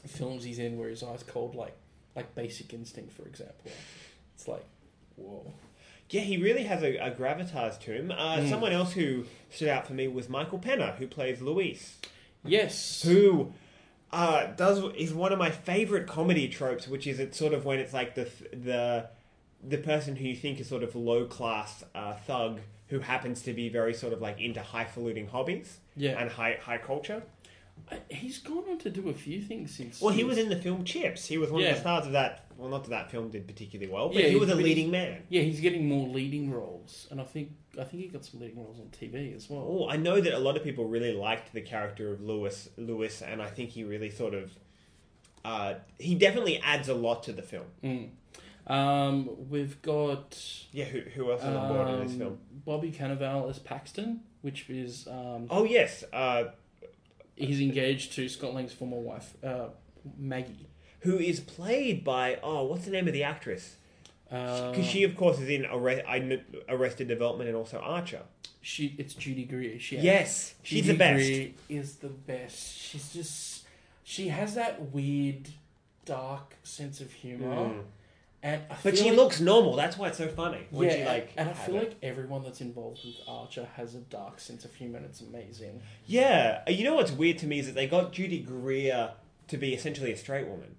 S1: films he's in where he's ice cold, like like Basic Instinct, for example. It's like, whoa.
S2: Yeah, he really has a, a gravitas to him. Uh,
S1: Mm.
S2: Someone else who stood out for me was Michael Penner, who plays Luis,
S1: Yes.
S2: who uh, does is one of my favorite comedy tropes, which is it's sort of when it's like the the the person who you think is sort of low class uh, thug who happens to be very sort of like into highfalutin hobbies
S1: Yeah.
S2: and high high culture.
S1: I- He's gone on to do a few things since.
S2: Well, he was in the film Chips. He was one of
S1: Yeah.
S2: the stars of that. Well, not that that film did particularly well, but
S1: Yeah,
S2: he was a
S1: he's been-
S2: leading man.
S1: Yeah, he's getting more leading roles, and I think I think he got some leading roles on TV as well.
S2: Oh, I know that a lot of people really liked the character of Lewis. Lewis, and I think he really sort of. Uh, he definitely adds a lot to the film.
S1: Mm.
S2: Oh.
S1: Um, we've got
S2: Yeah, who, who else is on board in this
S1: Um,
S2: film?
S1: Bobby Cannavale as Paxton, which is um,
S2: Oh yes, uh,
S1: he's engaged to Scott Lang's former wife, uh, Maggie.
S2: who is played by oh, what's the name of the actress?
S1: Uh,
S2: Because she, of course, is in Arre- I kn- Arrested Development and also Archer.
S1: she, it's Judy Greer. She
S2: Yes, she's the
S1: Judy
S2: best.
S1: Greer is the best. She's just she has that weird, dark sense of humor, and I
S2: Hmm. But
S1: feel
S2: she
S1: like-
S2: looks normal. That's why it's so funny. When
S1: yeah,
S2: she, like,
S1: and I feel
S2: had it.
S1: like everyone that's involved with Archer has a dark sense of humor, and it's amazing.
S2: yeah. You know what's weird to me is that they got Judy Greer to be essentially a straight woman.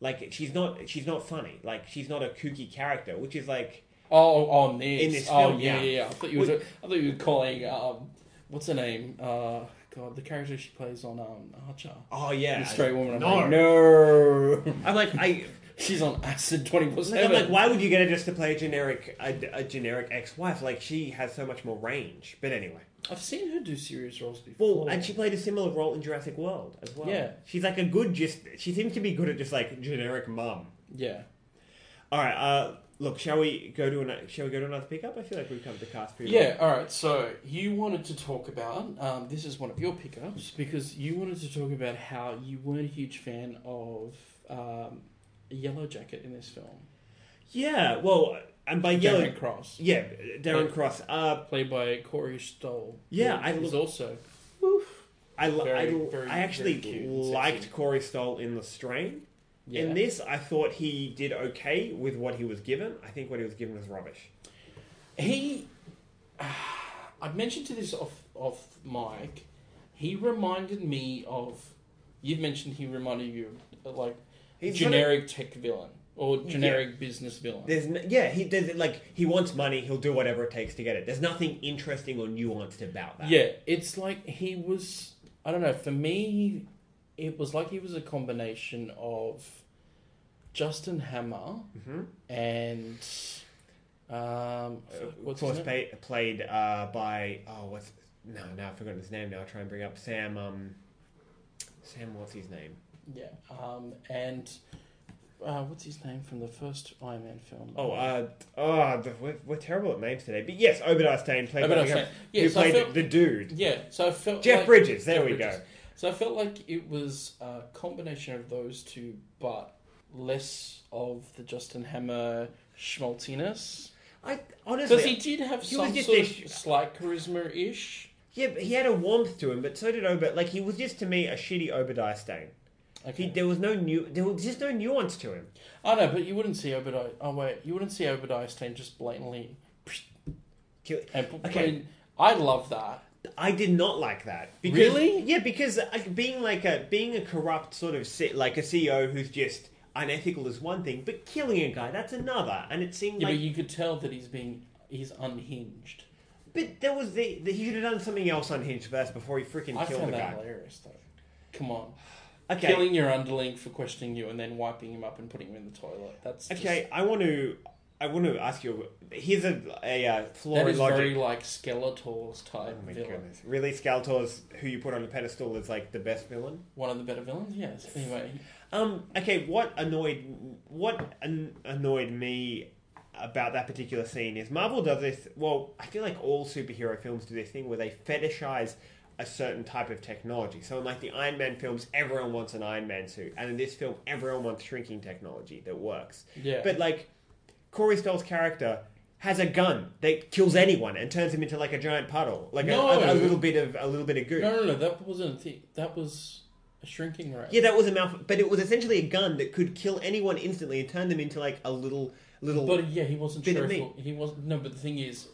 S2: Like she's not she's not funny. Like she's not a kooky character, which is like
S1: Oh, on this.
S2: In this
S1: oh,
S2: film,
S1: yeah,
S2: yeah.
S1: yeah, yeah. I thought you was.
S2: Would-
S1: I thought you were calling. Um, what's her name? Uh, God, the character she plays on um, Archer.
S2: oh yeah,
S1: The straight woman. I'm
S2: No,
S1: like, no.
S2: I'm like I.
S1: She's on acid twenty four
S2: Like, I'm
S1: seven.
S2: like, why would you get her just to play a generic, a, a generic ex-wife? Like she has so much more range. But anyway,
S1: I've seen her do serious roles before.
S2: well, and she played a similar role in Jurassic World as well.
S1: Yeah.
S2: she's like a good, just she seems to be good at just like generic mum.
S1: yeah.
S2: All right, uh, Look, shall we go to another? Shall we go to another pickup? I feel like we've covered the cast pretty well.
S1: Yeah, all right. So you wanted to talk about um, this is one of your pickups because you wanted to talk about how you weren't a huge fan of um, Yellow Jacket in this film.
S2: Yeah. Well, and by yellow,
S1: Darren Cross,
S2: yeah, Darren Cross. Uh,
S1: played by Corey Stoll.
S2: Yeah, I
S1: who was
S2: look-
S1: also
S2: I, li-
S1: Very,
S2: I, li-
S1: very,
S2: I actually
S1: very cute and
S2: liked
S1: sexy.
S2: Corey Stoll in The Strain.
S1: Yeah.
S2: In this, I thought he did okay with what he was given. I think what he was given was rubbish.
S1: He, (sighs) I mentioned to this off off mic. He reminded me of. You've mentioned he reminded you of like
S2: He's
S1: generic tech villain or generic business villain.
S2: There's n- yeah, he there's, like he wants money. He'll do whatever it takes to get it. There's nothing interesting or nuanced about that.
S1: yeah, it's like he was. I don't know. For me, it was like he was a combination of Justin Hammer and um, what's his
S2: What's Mm-hmm. of course,
S1: name?
S2: pa- played uh, by oh, what's no, no, I've forgotten his name. Now I try and bring up Sam. Um, Sam, what's his name?
S1: Yeah, um, and uh, what's his name from the first Iron Man film?
S2: Oh, uh, oh, the, we're, we're terrible at names today. But yes, Obadiah Stane played
S1: Obadiah
S2: who
S1: Stane. Yeah, so I
S2: played
S1: felt-
S2: the dude.
S1: Yeah, so I felt
S2: Jeff
S1: like-
S2: Bridges, there we go.
S1: So I felt like it was a combination of those two, but less of the Justin Hammer schmaltiness.
S2: I
S1: Because
S2: honestly,
S1: he did have
S2: He was
S1: some
S2: just
S1: sort
S2: this-
S1: of slight charisma ish.
S2: yeah, but he had a warmth to him, but so did Obadiah. Like he was just to me a shitty Obadiah Stane.
S1: Okay.
S2: He, there was no new, there was just no nuance to him.
S1: I know, but you wouldn't see Obadiah. Oh wait, you wouldn't see Obadiah Stane just blatantly.
S2: Kill-
S1: And put,
S2: Okay.
S1: and I love that.
S2: I did not like that. Because,
S1: Really?
S2: Yeah, because uh, being like a being a corrupt sort of C, like a CEO who's just unethical is one thing, but killing a guy that's another. And it seemed
S1: Yeah,
S2: like,
S1: but you could tell that he's being he's unhinged.
S2: but there was the, the he should have done something else unhinged first before he freaking
S1: I
S2: killed the
S1: found that
S2: guy.
S1: hilarious though. Come on.
S2: Okay,
S1: Killing your underling for questioning you and then wiping him up and putting him in the toilet. That's just-
S2: okay. I want to I want to ask you. Here's a a uh, flaw
S1: That
S2: in
S1: is
S2: logic.
S1: very like Skeletor's type
S2: Oh my
S1: villain.
S2: goodness. Really, Skeletor's who you put on a pedestal is like the best villain.
S1: One of the better villains, yes. Anyway,
S2: Um. Okay. What annoyed What an, annoyed me about that particular scene is Marvel does this. Well, I feel like all superhero films do this thing where they fetishize a certain type of technology. So in like the Iron Man films, everyone wants an Iron Man suit, and in this film, everyone wants shrinking technology that works.
S1: Yeah.
S2: But like Corey Stoll's character. Has a gun that kills anyone and turns him into like a giant puddle, like a-
S1: No.
S2: a, a little bit of a little bit of goo.
S1: no, no, no, that wasn't a thing. That was a shrinking ray.
S2: Yeah, that was a mouth, but it was essentially a gun that could kill anyone instantly and turn them into like a little, little.
S1: But yeah, he wasn't
S2: Bit
S1: sure.
S2: of
S1: If
S2: meat.
S1: he, he wasn't. No, but the thing is,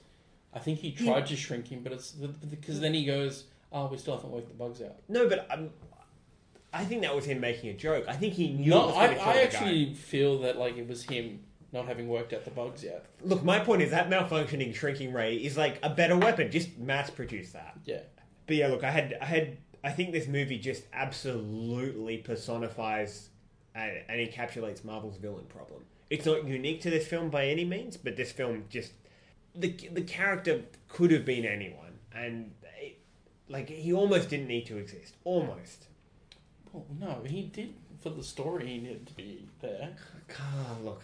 S1: I think he tried to shrink him, but it's because then he goes, "Oh, we still haven't worked the bugs out."
S2: no, but um, I think that was him making a joke. I think he knew. it
S1: No,
S2: was
S1: I,
S2: gonna kill
S1: I
S2: the
S1: actually
S2: guy.
S1: feel that like it was him not having worked out the bugs yet.
S2: look. My point is that malfunctioning shrinking ray is like a better weapon. Just mass produce that.
S1: Yeah,
S2: But yeah, look, I had, I had, I think this movie just absolutely personifies and, and encapsulates Marvel's villain problem. It's not unique to this film by any means, but this film just the the character could have been anyone, and it, like he almost didn't need to exist, almost.
S1: well, no, he did for the story. He needed to be there.
S2: God, look,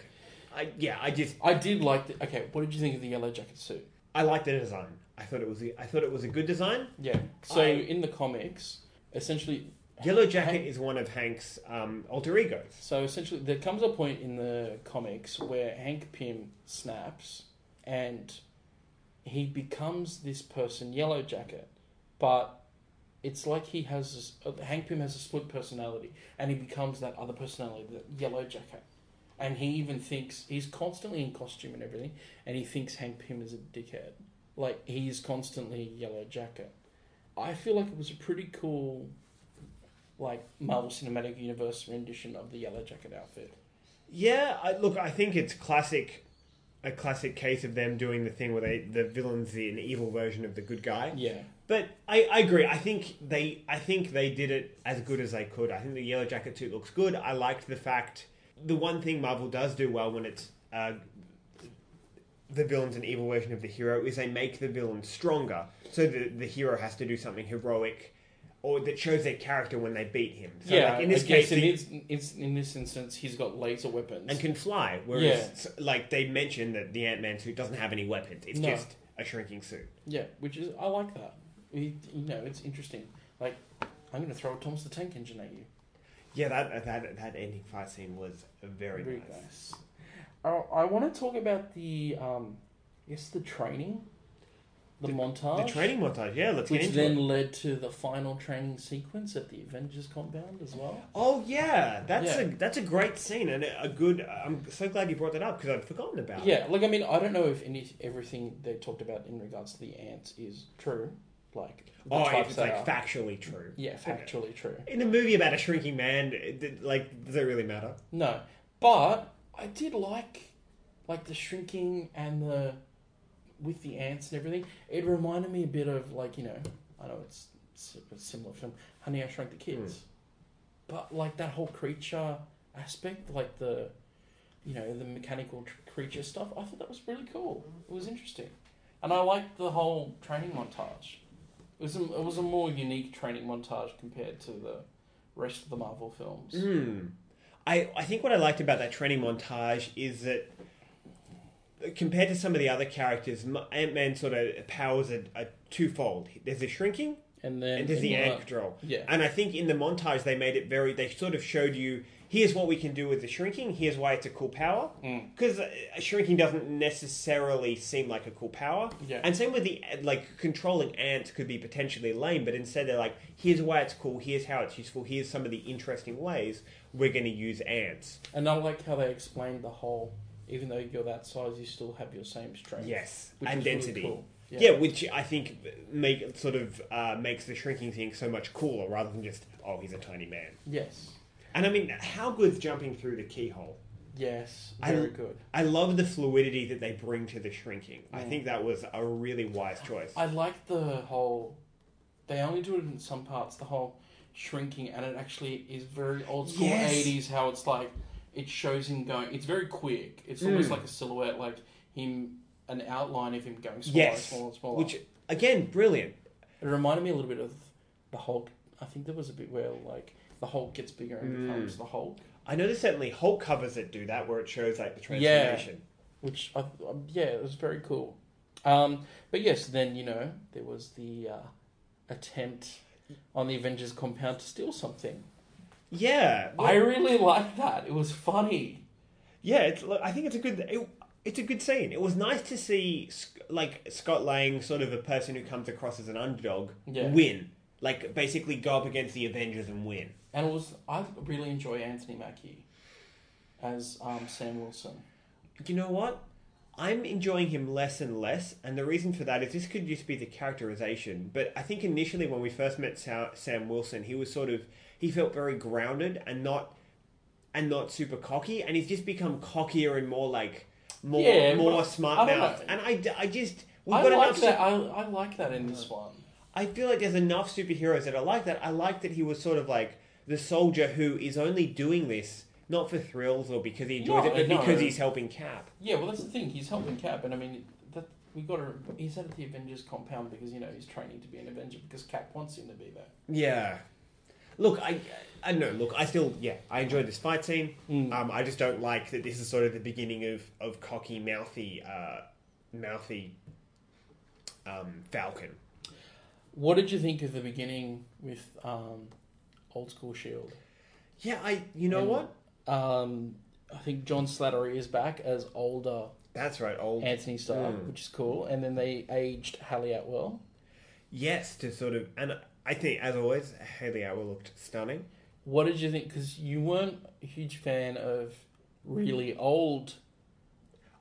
S2: I yeah, I just
S1: I did like. The, okay, what did you think of the yellow jacket suit?
S2: I liked the design. I thought it was, a, I thought it was a good design.
S1: Yeah. So
S2: I-
S1: in the comics, essentially,
S2: Yellow Jacket is one of Hank's um, alter egos.
S1: so essentially, there comes a point in the comics where Hank Pym snaps, and he becomes this person, Yellow Jacket, but it's like he has a, s- Hank Pym has a split personality, and he becomes that other personality, that Yellow Jacket. And he even thinks he's constantly in costume and everything, and he thinks Hank Pym is a dickhead. Like he's constantly Yellow Jacket. I feel like it was a pretty cool, like Marvel Cinematic Universe rendition of the Yellow Jacket outfit.
S2: Yeah, I, look, I think it's classic, a classic case of them doing the thing where they the villain's the, an evil version of the good guy.
S1: Yeah.
S2: but I, I agree. I think they I think they did it as good as they could. I think the yellow jacket suit looks good. I liked the fact the one thing Marvel does do well when it's uh, the villain's an evil version of the hero is they make the villain stronger, so the the hero has to do something heroic. or that shows their character when they beat him. So
S1: yeah,
S2: like in this
S1: I guess
S2: case,
S1: in,
S2: the-
S1: this, it's- in this instance, he's got laser weapons.
S2: and can fly. Whereas,
S1: Yeah.
S2: s- like they mentioned that the Ant Man suit doesn't have any weapons; it's
S1: No.
S2: just a shrinking suit.
S1: yeah, which is I like that. He, you know, it's interesting. Like, I'm going to throw a Thomas the Tank Engine at you.
S2: Yeah, that that that ending fight scene was very,
S1: Very
S2: nice.
S1: nice. Uh, I want to talk about the, um, I guess the training, the, montage,
S2: The training montage, yeah, let's get
S1: which
S2: into
S1: then
S2: it.
S1: led to the final training sequence at the Avengers compound as well.
S2: Oh yeah, that's
S1: Yeah.
S2: a that's a great scene and a a good. I'm so glad you brought that up because I'd forgotten about. it.
S1: Yeah, like I mean, I don't know if any everything they talked about in regards to the ants is true, like the
S2: Oh,
S1: types
S2: it's
S1: that
S2: like
S1: are-
S2: factually true.
S1: Yeah, factually true.
S2: In a movie about a shrinking man, it, did- like, does it really matter?
S1: No, but I did like like the shrinking and the with the ants and everything. It reminded me a bit of like you know I know it's, s a similar film, Honey I Shrunk the Kids, but like that whole creature aspect, like the you know the mechanical tr- creature stuff. I thought that was really cool. It was interesting, and I liked the whole training montage. It was a, it was a more unique training montage compared to the rest of the Marvel films.
S2: I, I think what I liked about that training montage is that compared to some of the other characters, Ant Man sort of powers are, are twofold. There's the shrinking,
S1: And then
S2: and there's the
S1: in
S2: ant
S1: the-
S2: control.
S1: Yeah.
S2: And I think in the montage they made it very. They sort of showed you here's what we can do with the shrinking. Here's why it's a cool power.
S1: Mm.
S2: Because shrinking doesn't necessarily seem like a cool power.
S1: Yeah.
S2: And same with the uh, like controlling ants could be potentially lame, but instead they're like here's why it's cool. Here's how it's useful. Here's some of the interesting ways we're going to use ants.
S1: And I like how they explained the whole. Even though you're that size, you still have your same strength.
S2: Yes,
S1: which
S2: and
S1: is really
S2: density.
S1: cool.
S2: Yeah. which I think make sort of uh, makes the shrinking thing so much cooler rather than just oh he's a tiny man.
S1: Yes.
S2: And I mean, how good's jumping through the keyhole?
S1: Yes.
S2: I-
S1: Very good.
S2: I love the fluidity that they bring to the shrinking. I think that was a really wise choice.
S1: I like the whole. They only do it in some parts. The whole shrinking, and it actually is very old school
S2: Yes.
S1: eighties. How it's like it shows him going. It's very quick.
S2: Hmm.
S1: It's almost like a silhouette, like him, an outline of him going smaller,
S2: yes,
S1: smaller, and smaller.
S2: which again, brilliant.
S1: It reminded me a little bit of the Hulk. I think there was a bit where like the Hulk gets bigger and
S2: Hmm.
S1: becomes the Hulk.
S2: I noticed certainly Hulk covers that do that, where it shows like the
S1: Yeah.
S2: transformation.
S1: which I, th- um, yeah, it was very cool. Um, but yes, then you know there was the uh, attempt on the Avengers compound to steal something.
S2: Yeah,
S1: I really liked that. It was funny.
S2: yeah. It's, look, I think it's a good. It, it's a good scene. It was nice to see Sc- like Scott Lang, sort of a person who comes across as an underdog,
S1: Yeah.
S2: win. Like basically go up against the Avengers and win.
S1: And it was I really enjoy Anthony Mackie as um, Sam Wilson.
S2: you know what? I'm enjoying him less and less, and the reason for that is this could just be the characterization. But I think initially when we first met Sa- Sam Wilson, he was sort of he felt very grounded and not and not super cocky, and he's just become cockier and more like more
S1: Yeah,
S2: more
S1: well,
S2: smart
S1: I don't
S2: mouthed.
S1: know.
S2: And I, d- I just we've
S1: I
S2: got
S1: like
S2: enough.
S1: that.
S2: Su-
S1: I, I like that in this one.
S2: I feel like there's enough superheroes that are like that. I like that he was sort of like the soldier who is only doing this not for thrills or because he enjoys
S1: No,
S2: it, but
S1: no.
S2: because he's helping Cap.
S1: Yeah, well that's the thing. He's helping Cap, and I mean that we got to. He's at the Avengers compound because you know he's training to be an Avenger because Cap wants him to be there.
S2: Yeah. Look, I, I don't know. Look, I still, yeah, I enjoyed this fight scene. Um, I just don't like that this is sort of the beginning of of cocky, mouthy, uh, mouthy um, Falcon.
S1: What did you think of the beginning with um, old school Shield?
S2: Yeah, I. You know what?
S1: Um, I think John Slattery is back as older
S2: That's right. Old
S1: Anthony Starr, which is cool. And then they aged Hallie Atwell.
S2: yes to sort of, and I think as always, Haley Atwell looked stunning.
S1: What did you think? Because you weren't a huge fan of really old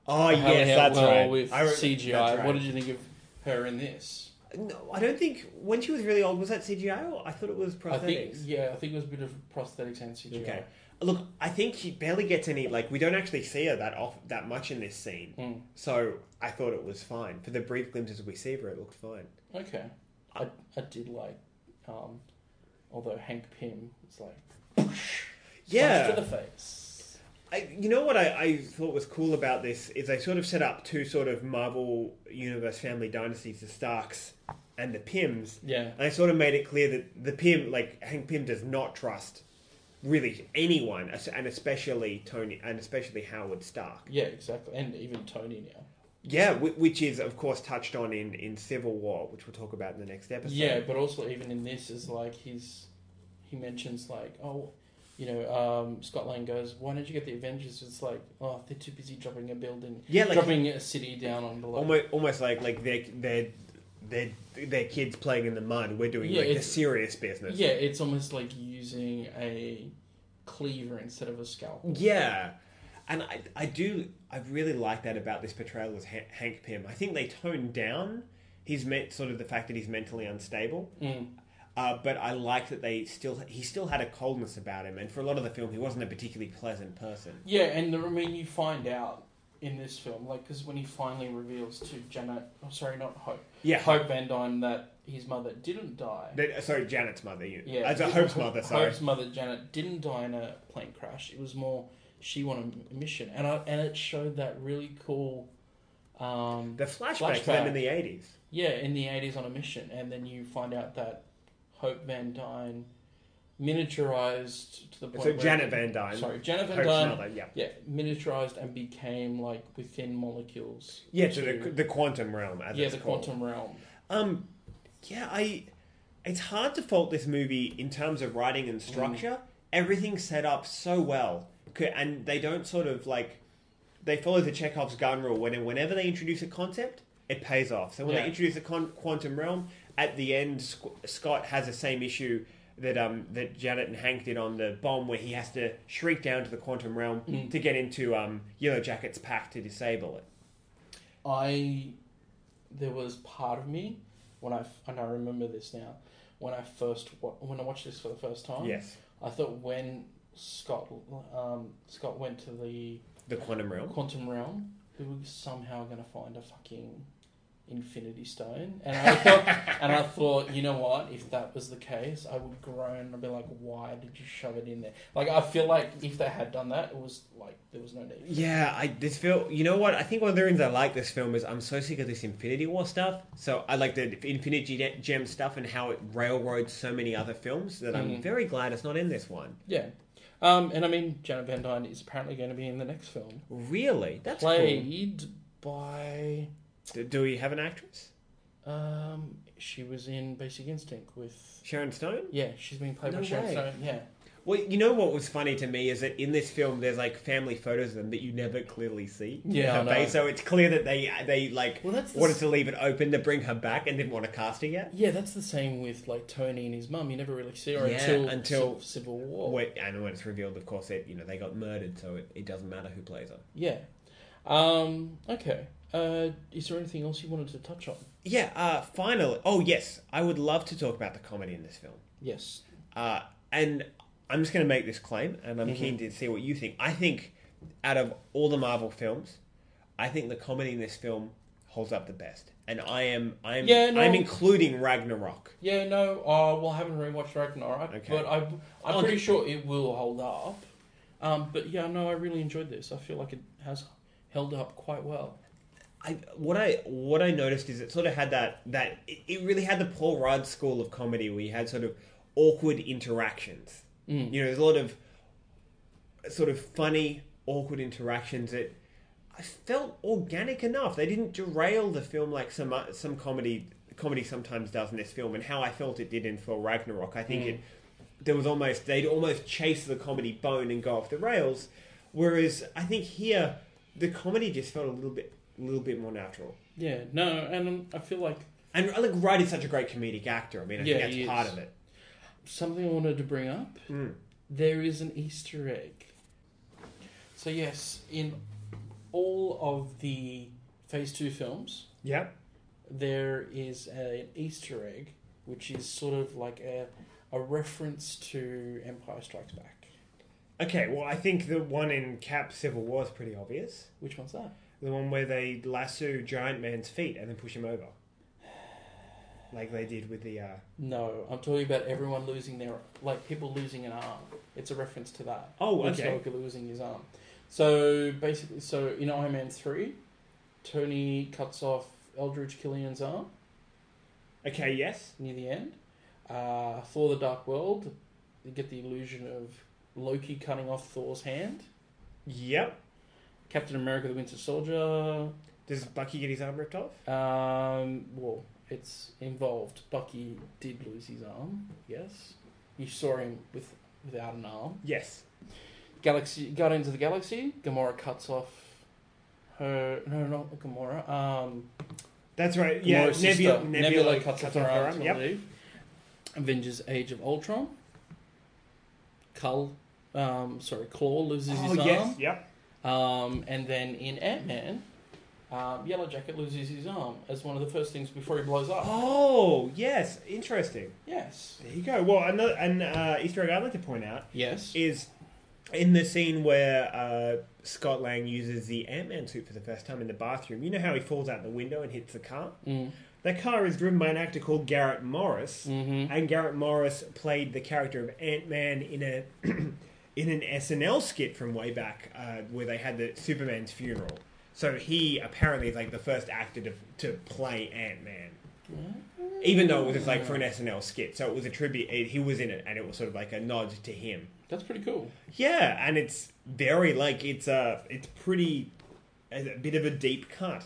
S2: Oh
S1: Hallie
S2: yes, that's
S1: Atwell
S2: right.
S1: with
S2: I re-
S1: CGI.
S2: that's right.
S1: What did you think of her in this?
S2: No, I don't think when she was really old was that CGI or I thought it was prosthetics.
S1: I think yeah, I think it was a bit of prosthetics and CGI.
S2: Okay. Look, I think she barely gets any. Like, we don't actually see her that off that much in this scene.
S1: Hmm.
S2: So I thought it was fine for the brief glimpses we see of her. It looked fine.
S1: Okay. I, I did like, um, although Hank Pym was like punch to the
S2: Yeah.
S1: face.
S2: I, you know what I, I thought was cool about this is they sort of set up two sort of Marvel Universe family dynasties: the Starks and the Pims.
S1: Yeah.
S2: And I sort of made it clear that the Pim, like Hank Pym, does not trust really anyone, as- and especially Tony, and especially Howard Stark.
S1: Yeah, exactly. And even Tony now.
S2: Yeah, whi- which is of course touched on in in Civil War, which we'll talk about in the next episode.
S1: Yeah, but also even in this is like he's he mentions like oh, you know, um, Scott Lang goes, why don't you get the Avengers? It's like oh, they're too busy dropping a building,
S2: Yeah, like-
S1: dropping a city down on below.
S2: almost, almost like like their their their their kids playing in the mud. We're doing
S1: Yeah,
S2: like the
S1: it's-
S2: serious business.
S1: yeah, it's almost like using a cleaver instead of a scalpel.
S2: Yeah. And I, I do, I really like that about this portrayal as Han- Hank Pym. I think they toned down his meant sort of the fact that he's mentally unstable.
S1: Mm.
S2: Uh, but I like that they still, he still had a coldness about him. And for a lot of the film, he wasn't a particularly pleasant person.
S1: Yeah, and the, I mean, you find out in this film, like, because when he finally reveals to Janet, oh, sorry, not Hope,
S2: Yeah.
S1: Hope Van Dyne that his mother didn't die.
S2: They- uh, sorry, Janet's mother. You,
S1: Yeah, (laughs)
S2: yeah. Uh,
S1: Hope-
S2: Hope's mother, sorry.
S1: Hope's mother, Janet, didn't die in a plane crash. It was more she won a mission, and I, and it showed that really cool. Um,
S2: the flashback, to them in
S1: flashback.
S2: the 80s.
S1: yeah, in the eighties on a mission, and then you find out that Hope Van Dyne miniaturized to the point.
S2: So
S1: where-
S2: Janet Van Dyne.
S1: Sorry, Janet Van
S2: Hope's
S1: Dyne.
S2: mother, yeah.
S1: yeah, miniaturized and became like within molecules.
S2: Yeah, to the,
S1: to-
S2: the quantum realm. As
S1: Mm. yeah,
S2: it's
S1: the
S2: called.
S1: quantum realm.
S2: Um, yeah, I. It's hard to fault this movie in terms of writing and structure.
S1: Mm.
S2: Everything's set up so well, C- and they don't sort of like they follow the Chekhov's gun rule. When whenever they introduce a concept, it pays off. So when
S1: Yeah.
S2: they introduce the con- quantum realm, at the end, Squ- Scott has the same issue. That um that Janet and Hank did on the bomb, where he has to shrink down to the quantum realm
S1: Mm.
S2: to get into um Yellow Jacket's pack to disable it.
S1: I there was part of me when I and I remember this now when I first wa- when I watched this for the first time.
S2: Yes.
S1: I thought when Scott um, Scott went to the
S2: The quantum realm.
S1: quantum realm, we were somehow going to find a fucking infinity stone, and I thought and I thought you know what if that was the case, I would groan and be like, why did you shove it in there? Like I feel like if they had done that, it was like there was no need.
S2: Yeah, I this film. You know what? I think one of the reasons I like this film is I'm so sick of this Infinity War stuff. So I like the Infinity Ge- Gem stuff and how it railroads so many other films that
S1: Mm-hmm.
S2: I'm very glad it's not in this one.
S1: Yeah. Um, and I mean, Janet Van Dyne is apparently going to be in the next film,
S2: Really, that's
S1: played by.
S2: cool. D- Do we have an actress?
S1: Um, she was in Basic Instinct with.
S2: Sharon Stone.
S1: Yeah, she's being played
S2: No
S1: by Sharon
S2: way.
S1: Stone. Yeah,
S2: Well, you know what was funny to me is that in this film, there's like family photos of them that you never clearly see.
S1: Yeah,
S2: her
S1: I know.
S2: face. So it's clear that they they like
S1: Well, that's the
S2: wanted
S1: s-
S2: to leave it open to bring her back and didn't want to cast her yet.
S1: yeah, that's the same with like Tony and his mum. You never really see her
S2: Yeah,
S1: until
S2: until-
S1: Civ- Civil War.
S2: Wait, and when it's revealed, of course, it you know they got murdered, so it, it doesn't matter who plays her.
S1: Yeah. Um. Okay. Uh, is there anything else you wanted to touch on?
S2: Yeah. Uh, finally, oh yes, I would love to talk about the comedy in this film.
S1: Yes.
S2: Uh, and I'm just going to make this claim, and I'm keen
S1: Mm-hmm.
S2: to see what you think. I think out of all the Marvel films, I think the comedy in this film holds up the best, and I am I'm
S1: Yeah, no.
S2: I'm including Ragnarok.
S1: Yeah. No. Uh. Well, I haven't rewatched Ragnarok,
S2: Okay.
S1: but I, I'm pretty sure it will hold up. Um. But yeah, no, I really enjoyed this. I feel like it has held up quite well.
S2: I what I what I noticed is it sort of had that that it, it really had the Paul Rudd school of comedy where you had sort of awkward interactions. You know, there's a lot of sort of funny, awkward interactions that I felt organic enough. They didn't derail the film like some uh, some comedy comedy sometimes does in this film, and how I felt it did in Thor Ragnarok. I
S1: Hmm.
S2: think it there was almost they'd almost chase the comedy bone and go off the rails, whereas I think here the comedy just felt a little bit a little bit more natural.
S1: Yeah, no, and um, I feel like
S2: And like Wright is such a great comedic actor. I mean, I
S1: Yeah,
S2: think
S1: he
S2: that's part
S1: is.
S2: of it.
S1: something I wanted to bring up. There is an Easter egg. So yes, in all of the Phase Two films,
S2: Yeah.
S1: there is a- an Easter egg, which is sort of like a a reference to Empire Strikes Back.
S2: Okay. Well, I think the one in Cap Civil War is pretty obvious.
S1: Which one's that?
S2: The one where they lasso Giant Man's feet and then push him over. Like they did with the. Uh...
S1: No, I'm talking about everyone losing their like people losing an arm. It's a reference to that.
S2: Oh,
S1: Luke
S2: okay.
S1: Skywalker losing his arm. So basically, so in Iron Man three, Tony cuts off Eldridge Killian's arm,
S2: Okay, yes.
S1: near the end. Uh, Thor: The Dark World. You get the illusion of Loki cutting off Thor's hand.
S2: Yep.
S1: Captain America: The Winter Soldier.
S2: Does Bucky get his arm ripped off?
S1: Um, well, it's involved. Bucky did lose his arm. Yes, you saw him with without an arm.
S2: Yes.
S1: Galaxy Guardians of the Galaxy. Gamora cuts off her. No, not Gamora. Um,
S2: That's right.
S1: yeah,
S2: Yeah,
S1: Nebula,
S2: Nebula,
S1: Nebula, cuts, off her arm. to
S2: Yep.
S1: leave. Avengers: Age of Ultron. Cull, um, sorry, Claw loses
S2: Oh,
S1: his
S2: yes. Yep.
S1: arm, um, and then in Ant Man, um, Yellow Jacket loses his arm as one of the first things before he blows up.
S2: Oh, yes. Interesting.
S1: Yes,
S2: There you go. Well, another an uh, Easter egg I'd like to point out
S1: yes,
S2: is in the scene where uh, Scott Lang uses the Ant Man suit for the first time in the bathroom. You know how he falls out the window and hits the car? Mm. That car is driven by an actor called Garrett Morris, and Garrett Morris played the character of Ant Man in a (clears throat) in an SNL skit from way back uh, where they had the Superman's funeral. So he apparently is like the first actor to to play Ant Man even though it was like for an SNL skit, so it was a tribute. He was in it, and it was sort of like a nod to him.
S1: that's pretty cool. (laughs)
S2: Yeah, and it's very like it's a it's pretty a bit of a deep cut.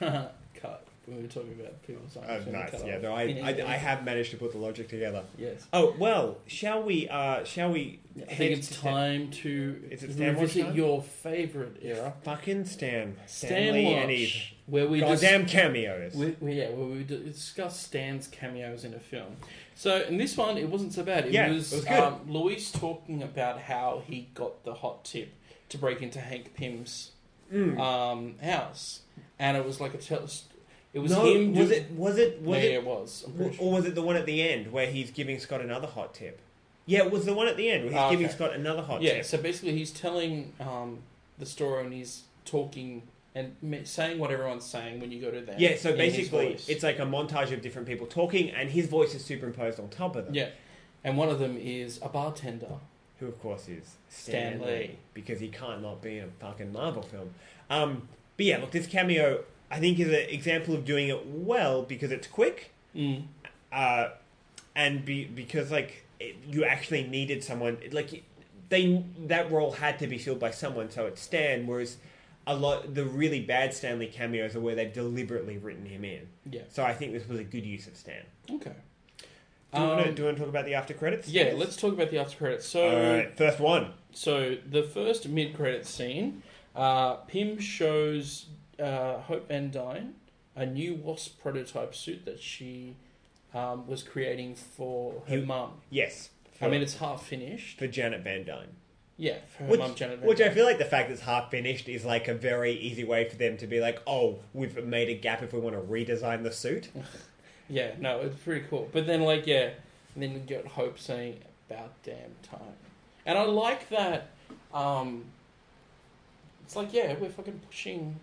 S1: cut when we were talking about people's arms.
S2: Oh,
S1: being
S2: nice.
S1: cut
S2: Yeah,
S1: off.
S2: no, I,
S1: In
S2: I,
S1: Ant-Man.
S2: I have managed to put the logic together.
S1: (laughs) Yes.
S2: Oh well, shall we? uh Shall we?
S1: I think it's time to
S2: Is it Stan Watch
S1: revisit
S2: time?
S1: your favorite era,
S2: Fucking Stan,
S1: Stan
S2: Stanley, and his
S1: Watch, where we just
S2: goddamn cameos.
S1: We, we, yeah, well, we d- discussed Stan's cameos in a film. So in this one, it wasn't so bad. It
S2: Yeah,
S1: was,
S2: it was good.
S1: Um, Luis talking about how he got the hot tip to break into Hank Pym's
S2: Mm.
S1: um, house, and it was like a tell. It was
S2: no,
S1: him.
S2: was
S1: do-
S2: it? Was it? Was
S1: yeah,
S2: it?
S1: it was. I'm
S2: Or,
S1: pretty sure.
S2: or was it the one at the end where he's giving Scott another hot tip? Yeah, it was the one at the end where he's
S1: Ah,
S2: giving
S1: okay.
S2: Scott another hot
S1: Yeah.
S2: tip.
S1: So basically, he's telling um, the story, and he's talking and ma- saying what everyone's saying when you go to them.
S2: Yeah, so
S1: in his
S2: basically
S1: voice.
S2: it's like a montage of different people talking and his voice is superimposed on top of them.
S1: yeah, and one of them is a bartender.
S2: Who of course is
S1: Stan
S2: Stan,
S1: Lee.
S2: Lee. Because he can't not be in a fucking Marvel film. Um, but yeah, look, this cameo I think is an example of doing it well because it's quick.
S1: Mm.
S2: Uh, and be, because like it, you actually needed someone like they that role had to be filled by someone so it's stan whereas a lot the really bad stanley cameos are where they've deliberately written him in
S1: Yeah.
S2: so i think this was a good use of stan
S1: Okay.
S2: do you, want, to,
S1: Um,
S2: do you want to talk about the after credits
S1: Yeah, let's talk about the after credits. So,
S2: all right first one
S1: so the first mid credits scene, uh, Pym shows uh, Hope Van Dyne a new Wasp prototype suit that she um, was creating for her
S2: You-
S1: mum.
S2: yes for,
S1: I mean, it's half finished.
S2: for janet van dyne
S1: Yeah, for her
S2: which,
S1: mum Janet. Van
S2: which I
S1: Dyne.
S2: feel like the fact that it's half finished is like a very easy way for them to be like, oh, we've made a gap if we want to redesign
S1: (laughs)
S2: the suit.
S1: yeah, no, it's pretty cool. But then, like, yeah, and then you get Hope saying about damn time, and I like that. Um, it's like, yeah, we're fucking pushing,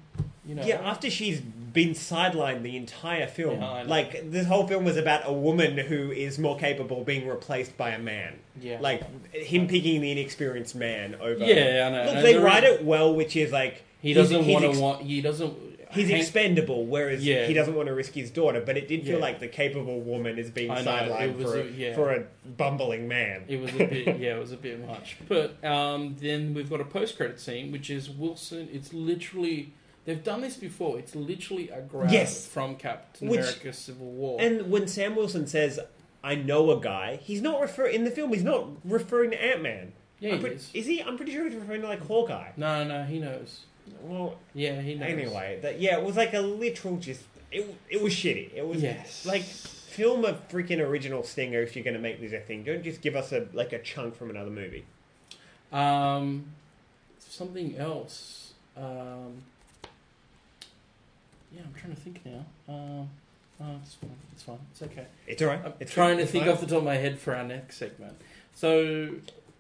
S1: you know.
S2: Yeah, after she's been sidelined the entire film,
S1: Yeah, I know.
S2: like this whole film was about a woman who is more capable of being replaced by a man.
S1: Yeah.
S2: like him picking the inexperienced man over.
S1: Yeah, I know.
S2: Look,
S1: And
S2: they
S1: there
S2: write
S1: is-
S2: it well, which is like
S1: He
S2: he's-
S1: doesn't
S2: he's
S1: want
S2: ex-
S1: to want. He doesn't.
S2: He's
S1: Hank-
S2: expendable, whereas
S1: Yeah.
S2: he doesn't want to risk his daughter. But it did feel
S1: Yeah.
S2: like the capable woman is being
S1: I know, it
S2: sidelined
S1: was
S2: for
S1: a-
S2: a,
S1: yeah.
S2: for a bumbling man.
S1: It was a
S2: (laughs)
S1: bit. Yeah, it was a bit much. But um, then we've got a post-credit scene, which is Wilson. It's literally they've done this before. It's literally a grab
S2: Yes.
S1: from Captain
S2: Which-
S1: America: Civil War.
S2: And when Sam Wilson says, "I know a guy," he's not refer in the film. He's not referring to Ant Man.
S1: Yeah,
S2: I'm
S1: he
S2: pre-
S1: is.
S2: Is he? I'm pretty sure he's referring to like Hawkeye.
S1: no, no, he knows.
S2: Well,
S1: Yeah, he knows.
S2: anyway, that yeah, it was like a literal just. It it was shitty. It was
S1: Yes.
S2: like film a freaking original stinger if you're going to make this a thing. Don't just give us a like a chunk from another movie.
S1: Um, something else. Um, yeah, I'm trying to think now. Um, oh, it's fine. It's fine. It's okay.
S2: It's alright.
S1: I'm
S2: It's
S1: trying to
S2: it's
S1: think
S2: fine.
S1: off the top of my head for our next segment. So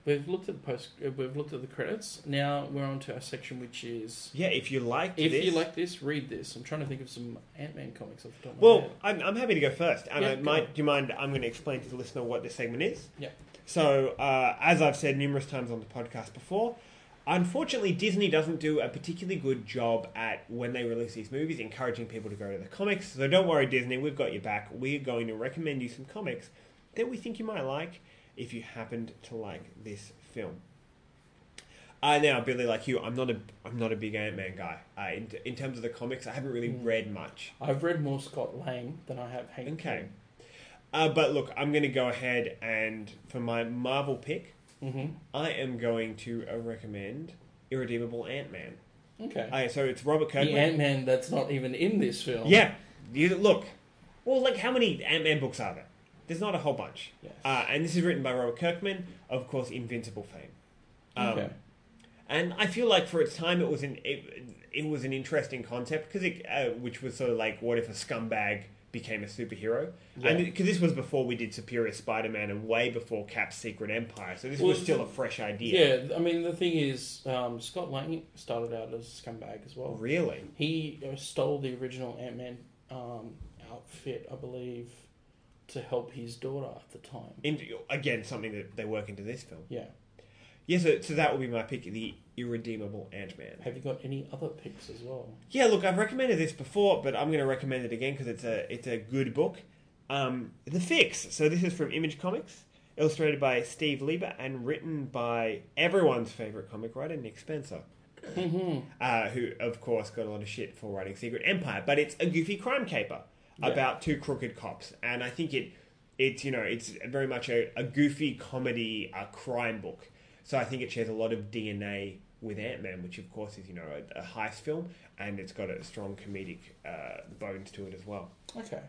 S1: we've looked at the post, uh, we've looked at the credits. Now we're on to our section, which is
S2: Yeah, if you like
S1: if
S2: this,
S1: you like this, read this. I'm trying to think of some Ant Man comics off the top of my
S2: Well,
S1: head.
S2: I'm, I'm happy to go first. And
S1: Yeah,
S2: I
S1: go on.
S2: might, do you mind? I'm going to explain to the listener what this segment is.
S1: Yeah.
S2: So, uh, as I've said numerous times on the podcast before, Unfortunately, Disney doesn't do a particularly good job at when they release these movies encouraging people to go to the comics. So don't worry, Disney, we've got your back. We're going to recommend you some comics that we think you might like if you happened to like this film. Uh, now, Billy, like you, I'm not a I'm not a big Ant Man guy. Uh, in, in terms of the comics, I haven't really
S1: Hmm.
S2: read much.
S1: I've read more Scott Lang than I have Hank.
S2: Okay.
S1: Pym.
S2: Uh, but look, I'm going to go ahead and for my Marvel pick,
S1: Mm-hmm.
S2: I am going to uh, recommend Irredeemable Ant Man.
S1: Okay.
S2: Okay, so it's Robert
S1: the
S2: Kirkman.
S1: Ant Man that's not even in this film.
S2: yeah, you look. Well, like how many Ant Man books are there? There's not a whole bunch.
S1: Yes.
S2: Uh, and this is written by Robert Kirkman, of course, Invincible fame.
S1: Okay.
S2: and I feel like for its time, it was an it, it was an interesting concept because it uh, which was sort of like what if a scumbag became a superhero, and because this was before we did Superior Spider Man and way before Cap's Secret Empire, so this
S1: Well,
S2: was still a fresh idea.
S1: yeah. I mean, the thing is, um, Scott Lang started out as a scumbag as well.
S2: Really?
S1: He uh, stole the original Ant Man um, outfit, I believe, to help his daughter at the time.
S2: And again, something that they work into this film.
S1: Yeah.
S2: Yeah, so, so that will be my pick, the irredeemable Ant Man.
S1: Have you got any other picks as well?
S2: Yeah, look, I've recommended this before, but I'm going to recommend it again because it's a it's a good book. Um, the Fix. So this is from Image Comics, illustrated by Steve Lieber and written by everyone's favorite comic writer Nick Spencer, uh, who of course got a lot of shit for writing Secret Empire, but it's a goofy crime caper about two crooked cops, and I think it it's you know it's very much a, a goofy comedy uh, crime book. So I think it shares a lot of DNA with Ant Man, which of course is you know a, a heist film, and it's got a strong comedic uh, bones to it as well.
S1: Okay.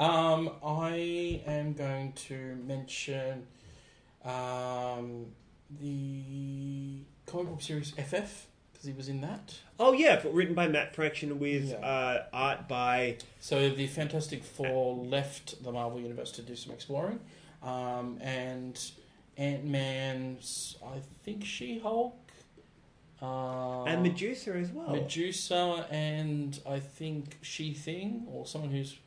S1: Um, I am going to mention um, the comic book series FF because he was in that.
S2: Oh yeah, but written by Matt Fraction with
S1: Yeah.
S2: uh, art by
S1: So the Fantastic Four left the Marvel Universe to do some exploring, um, and Ant Man's I think She Hulk, uh,
S2: and Medusa as well.
S1: Medusa, and I think She Thing or someone who's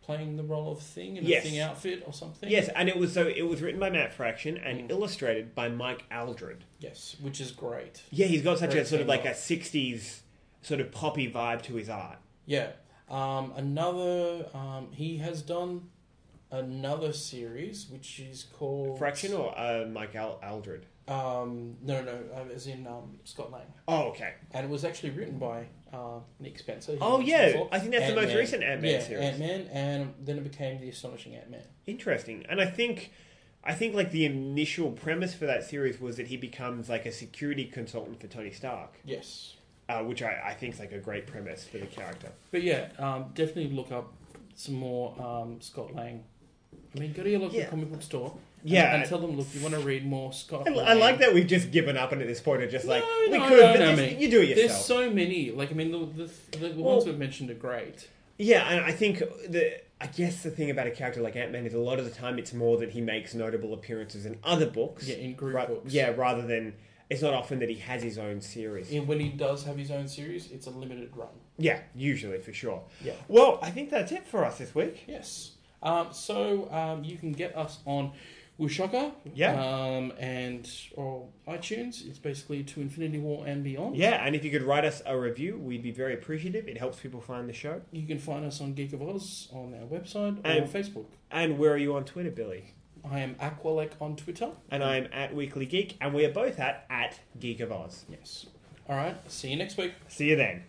S1: playing the role of Thing in
S2: Yes.
S1: a Thing outfit or something.
S2: yes, and it was so it was written by Matt Fraction and
S1: Mm.
S2: illustrated by Mike Aldred.
S1: Yes, which is great.
S2: Yeah, he's got such
S1: Great
S2: a sort of like
S1: team
S2: a '60s sort of poppy vibe to his art.
S1: Yeah. Um, another um, he has done another series which is called
S2: Fraction or uh, Mike Al- Aldred?
S1: Um, no, no, no, uh, as in um, Scott Lang.
S2: Oh, okay.
S1: and it was actually written by uh, Nick Spencer. who
S2: Oh,
S1: was
S2: yeah.
S1: before.
S2: I think that's the most
S1: Ant-Man.
S2: recent Ant-Man
S1: yeah,
S2: series.
S1: Ant Man, and then it became the Astonishing Ant Man.
S2: Interesting. And I think I think like the initial premise for that series was that he becomes like a security consultant for Tony Stark,
S1: Yes,
S2: uh, which I, I think is like a great premise for the character.
S1: but yeah, um, definitely look up some more um, Scott Lang. I mean, go to your local
S2: Yeah.
S1: comic book store. and-
S2: Yeah.
S1: and, tell them, look, you want to read more Scott.
S2: I,
S1: Lang.
S2: I like that we've just given up on it at this point. Are just like
S1: No,
S2: we
S1: no,
S2: could,
S1: no,
S2: but
S1: no,
S2: just-
S1: mate.
S2: you do it
S1: There's
S2: yourself.
S1: so many. Like, I mean, the the, the
S2: Well-
S1: ones we've mentioned are great.
S2: Yeah, and I think the I guess the thing about a character like Ant Man is a lot of the time it's more that he makes notable appearances in other books.
S1: Yeah, in group
S2: ra-
S1: books.
S2: Yeah, rather than it's not often that he has his own series.
S1: And when he does have his own series, it's a limited run.
S2: Yeah, usually for sure.
S1: Yeah.
S2: Well, I think that's it for us this week.
S1: Yes. Um, so um, you can get us on Wushaka,
S2: Yeah.
S1: um, and or iTunes. It's basically to Infinity War and beyond.
S2: Yeah, and if you could write us a review, we'd be very appreciative. It helps people find the show.
S1: You can find us on Geek of Oz on our website or
S2: And-
S1: on Facebook.
S2: And where are you on Twitter, Billy?
S1: I am Aqualec on Twitter.
S2: And I'm at Weekly Geek, and we are both at at Geek of Oz.
S1: Yes. All right. See you next week.
S2: See you then.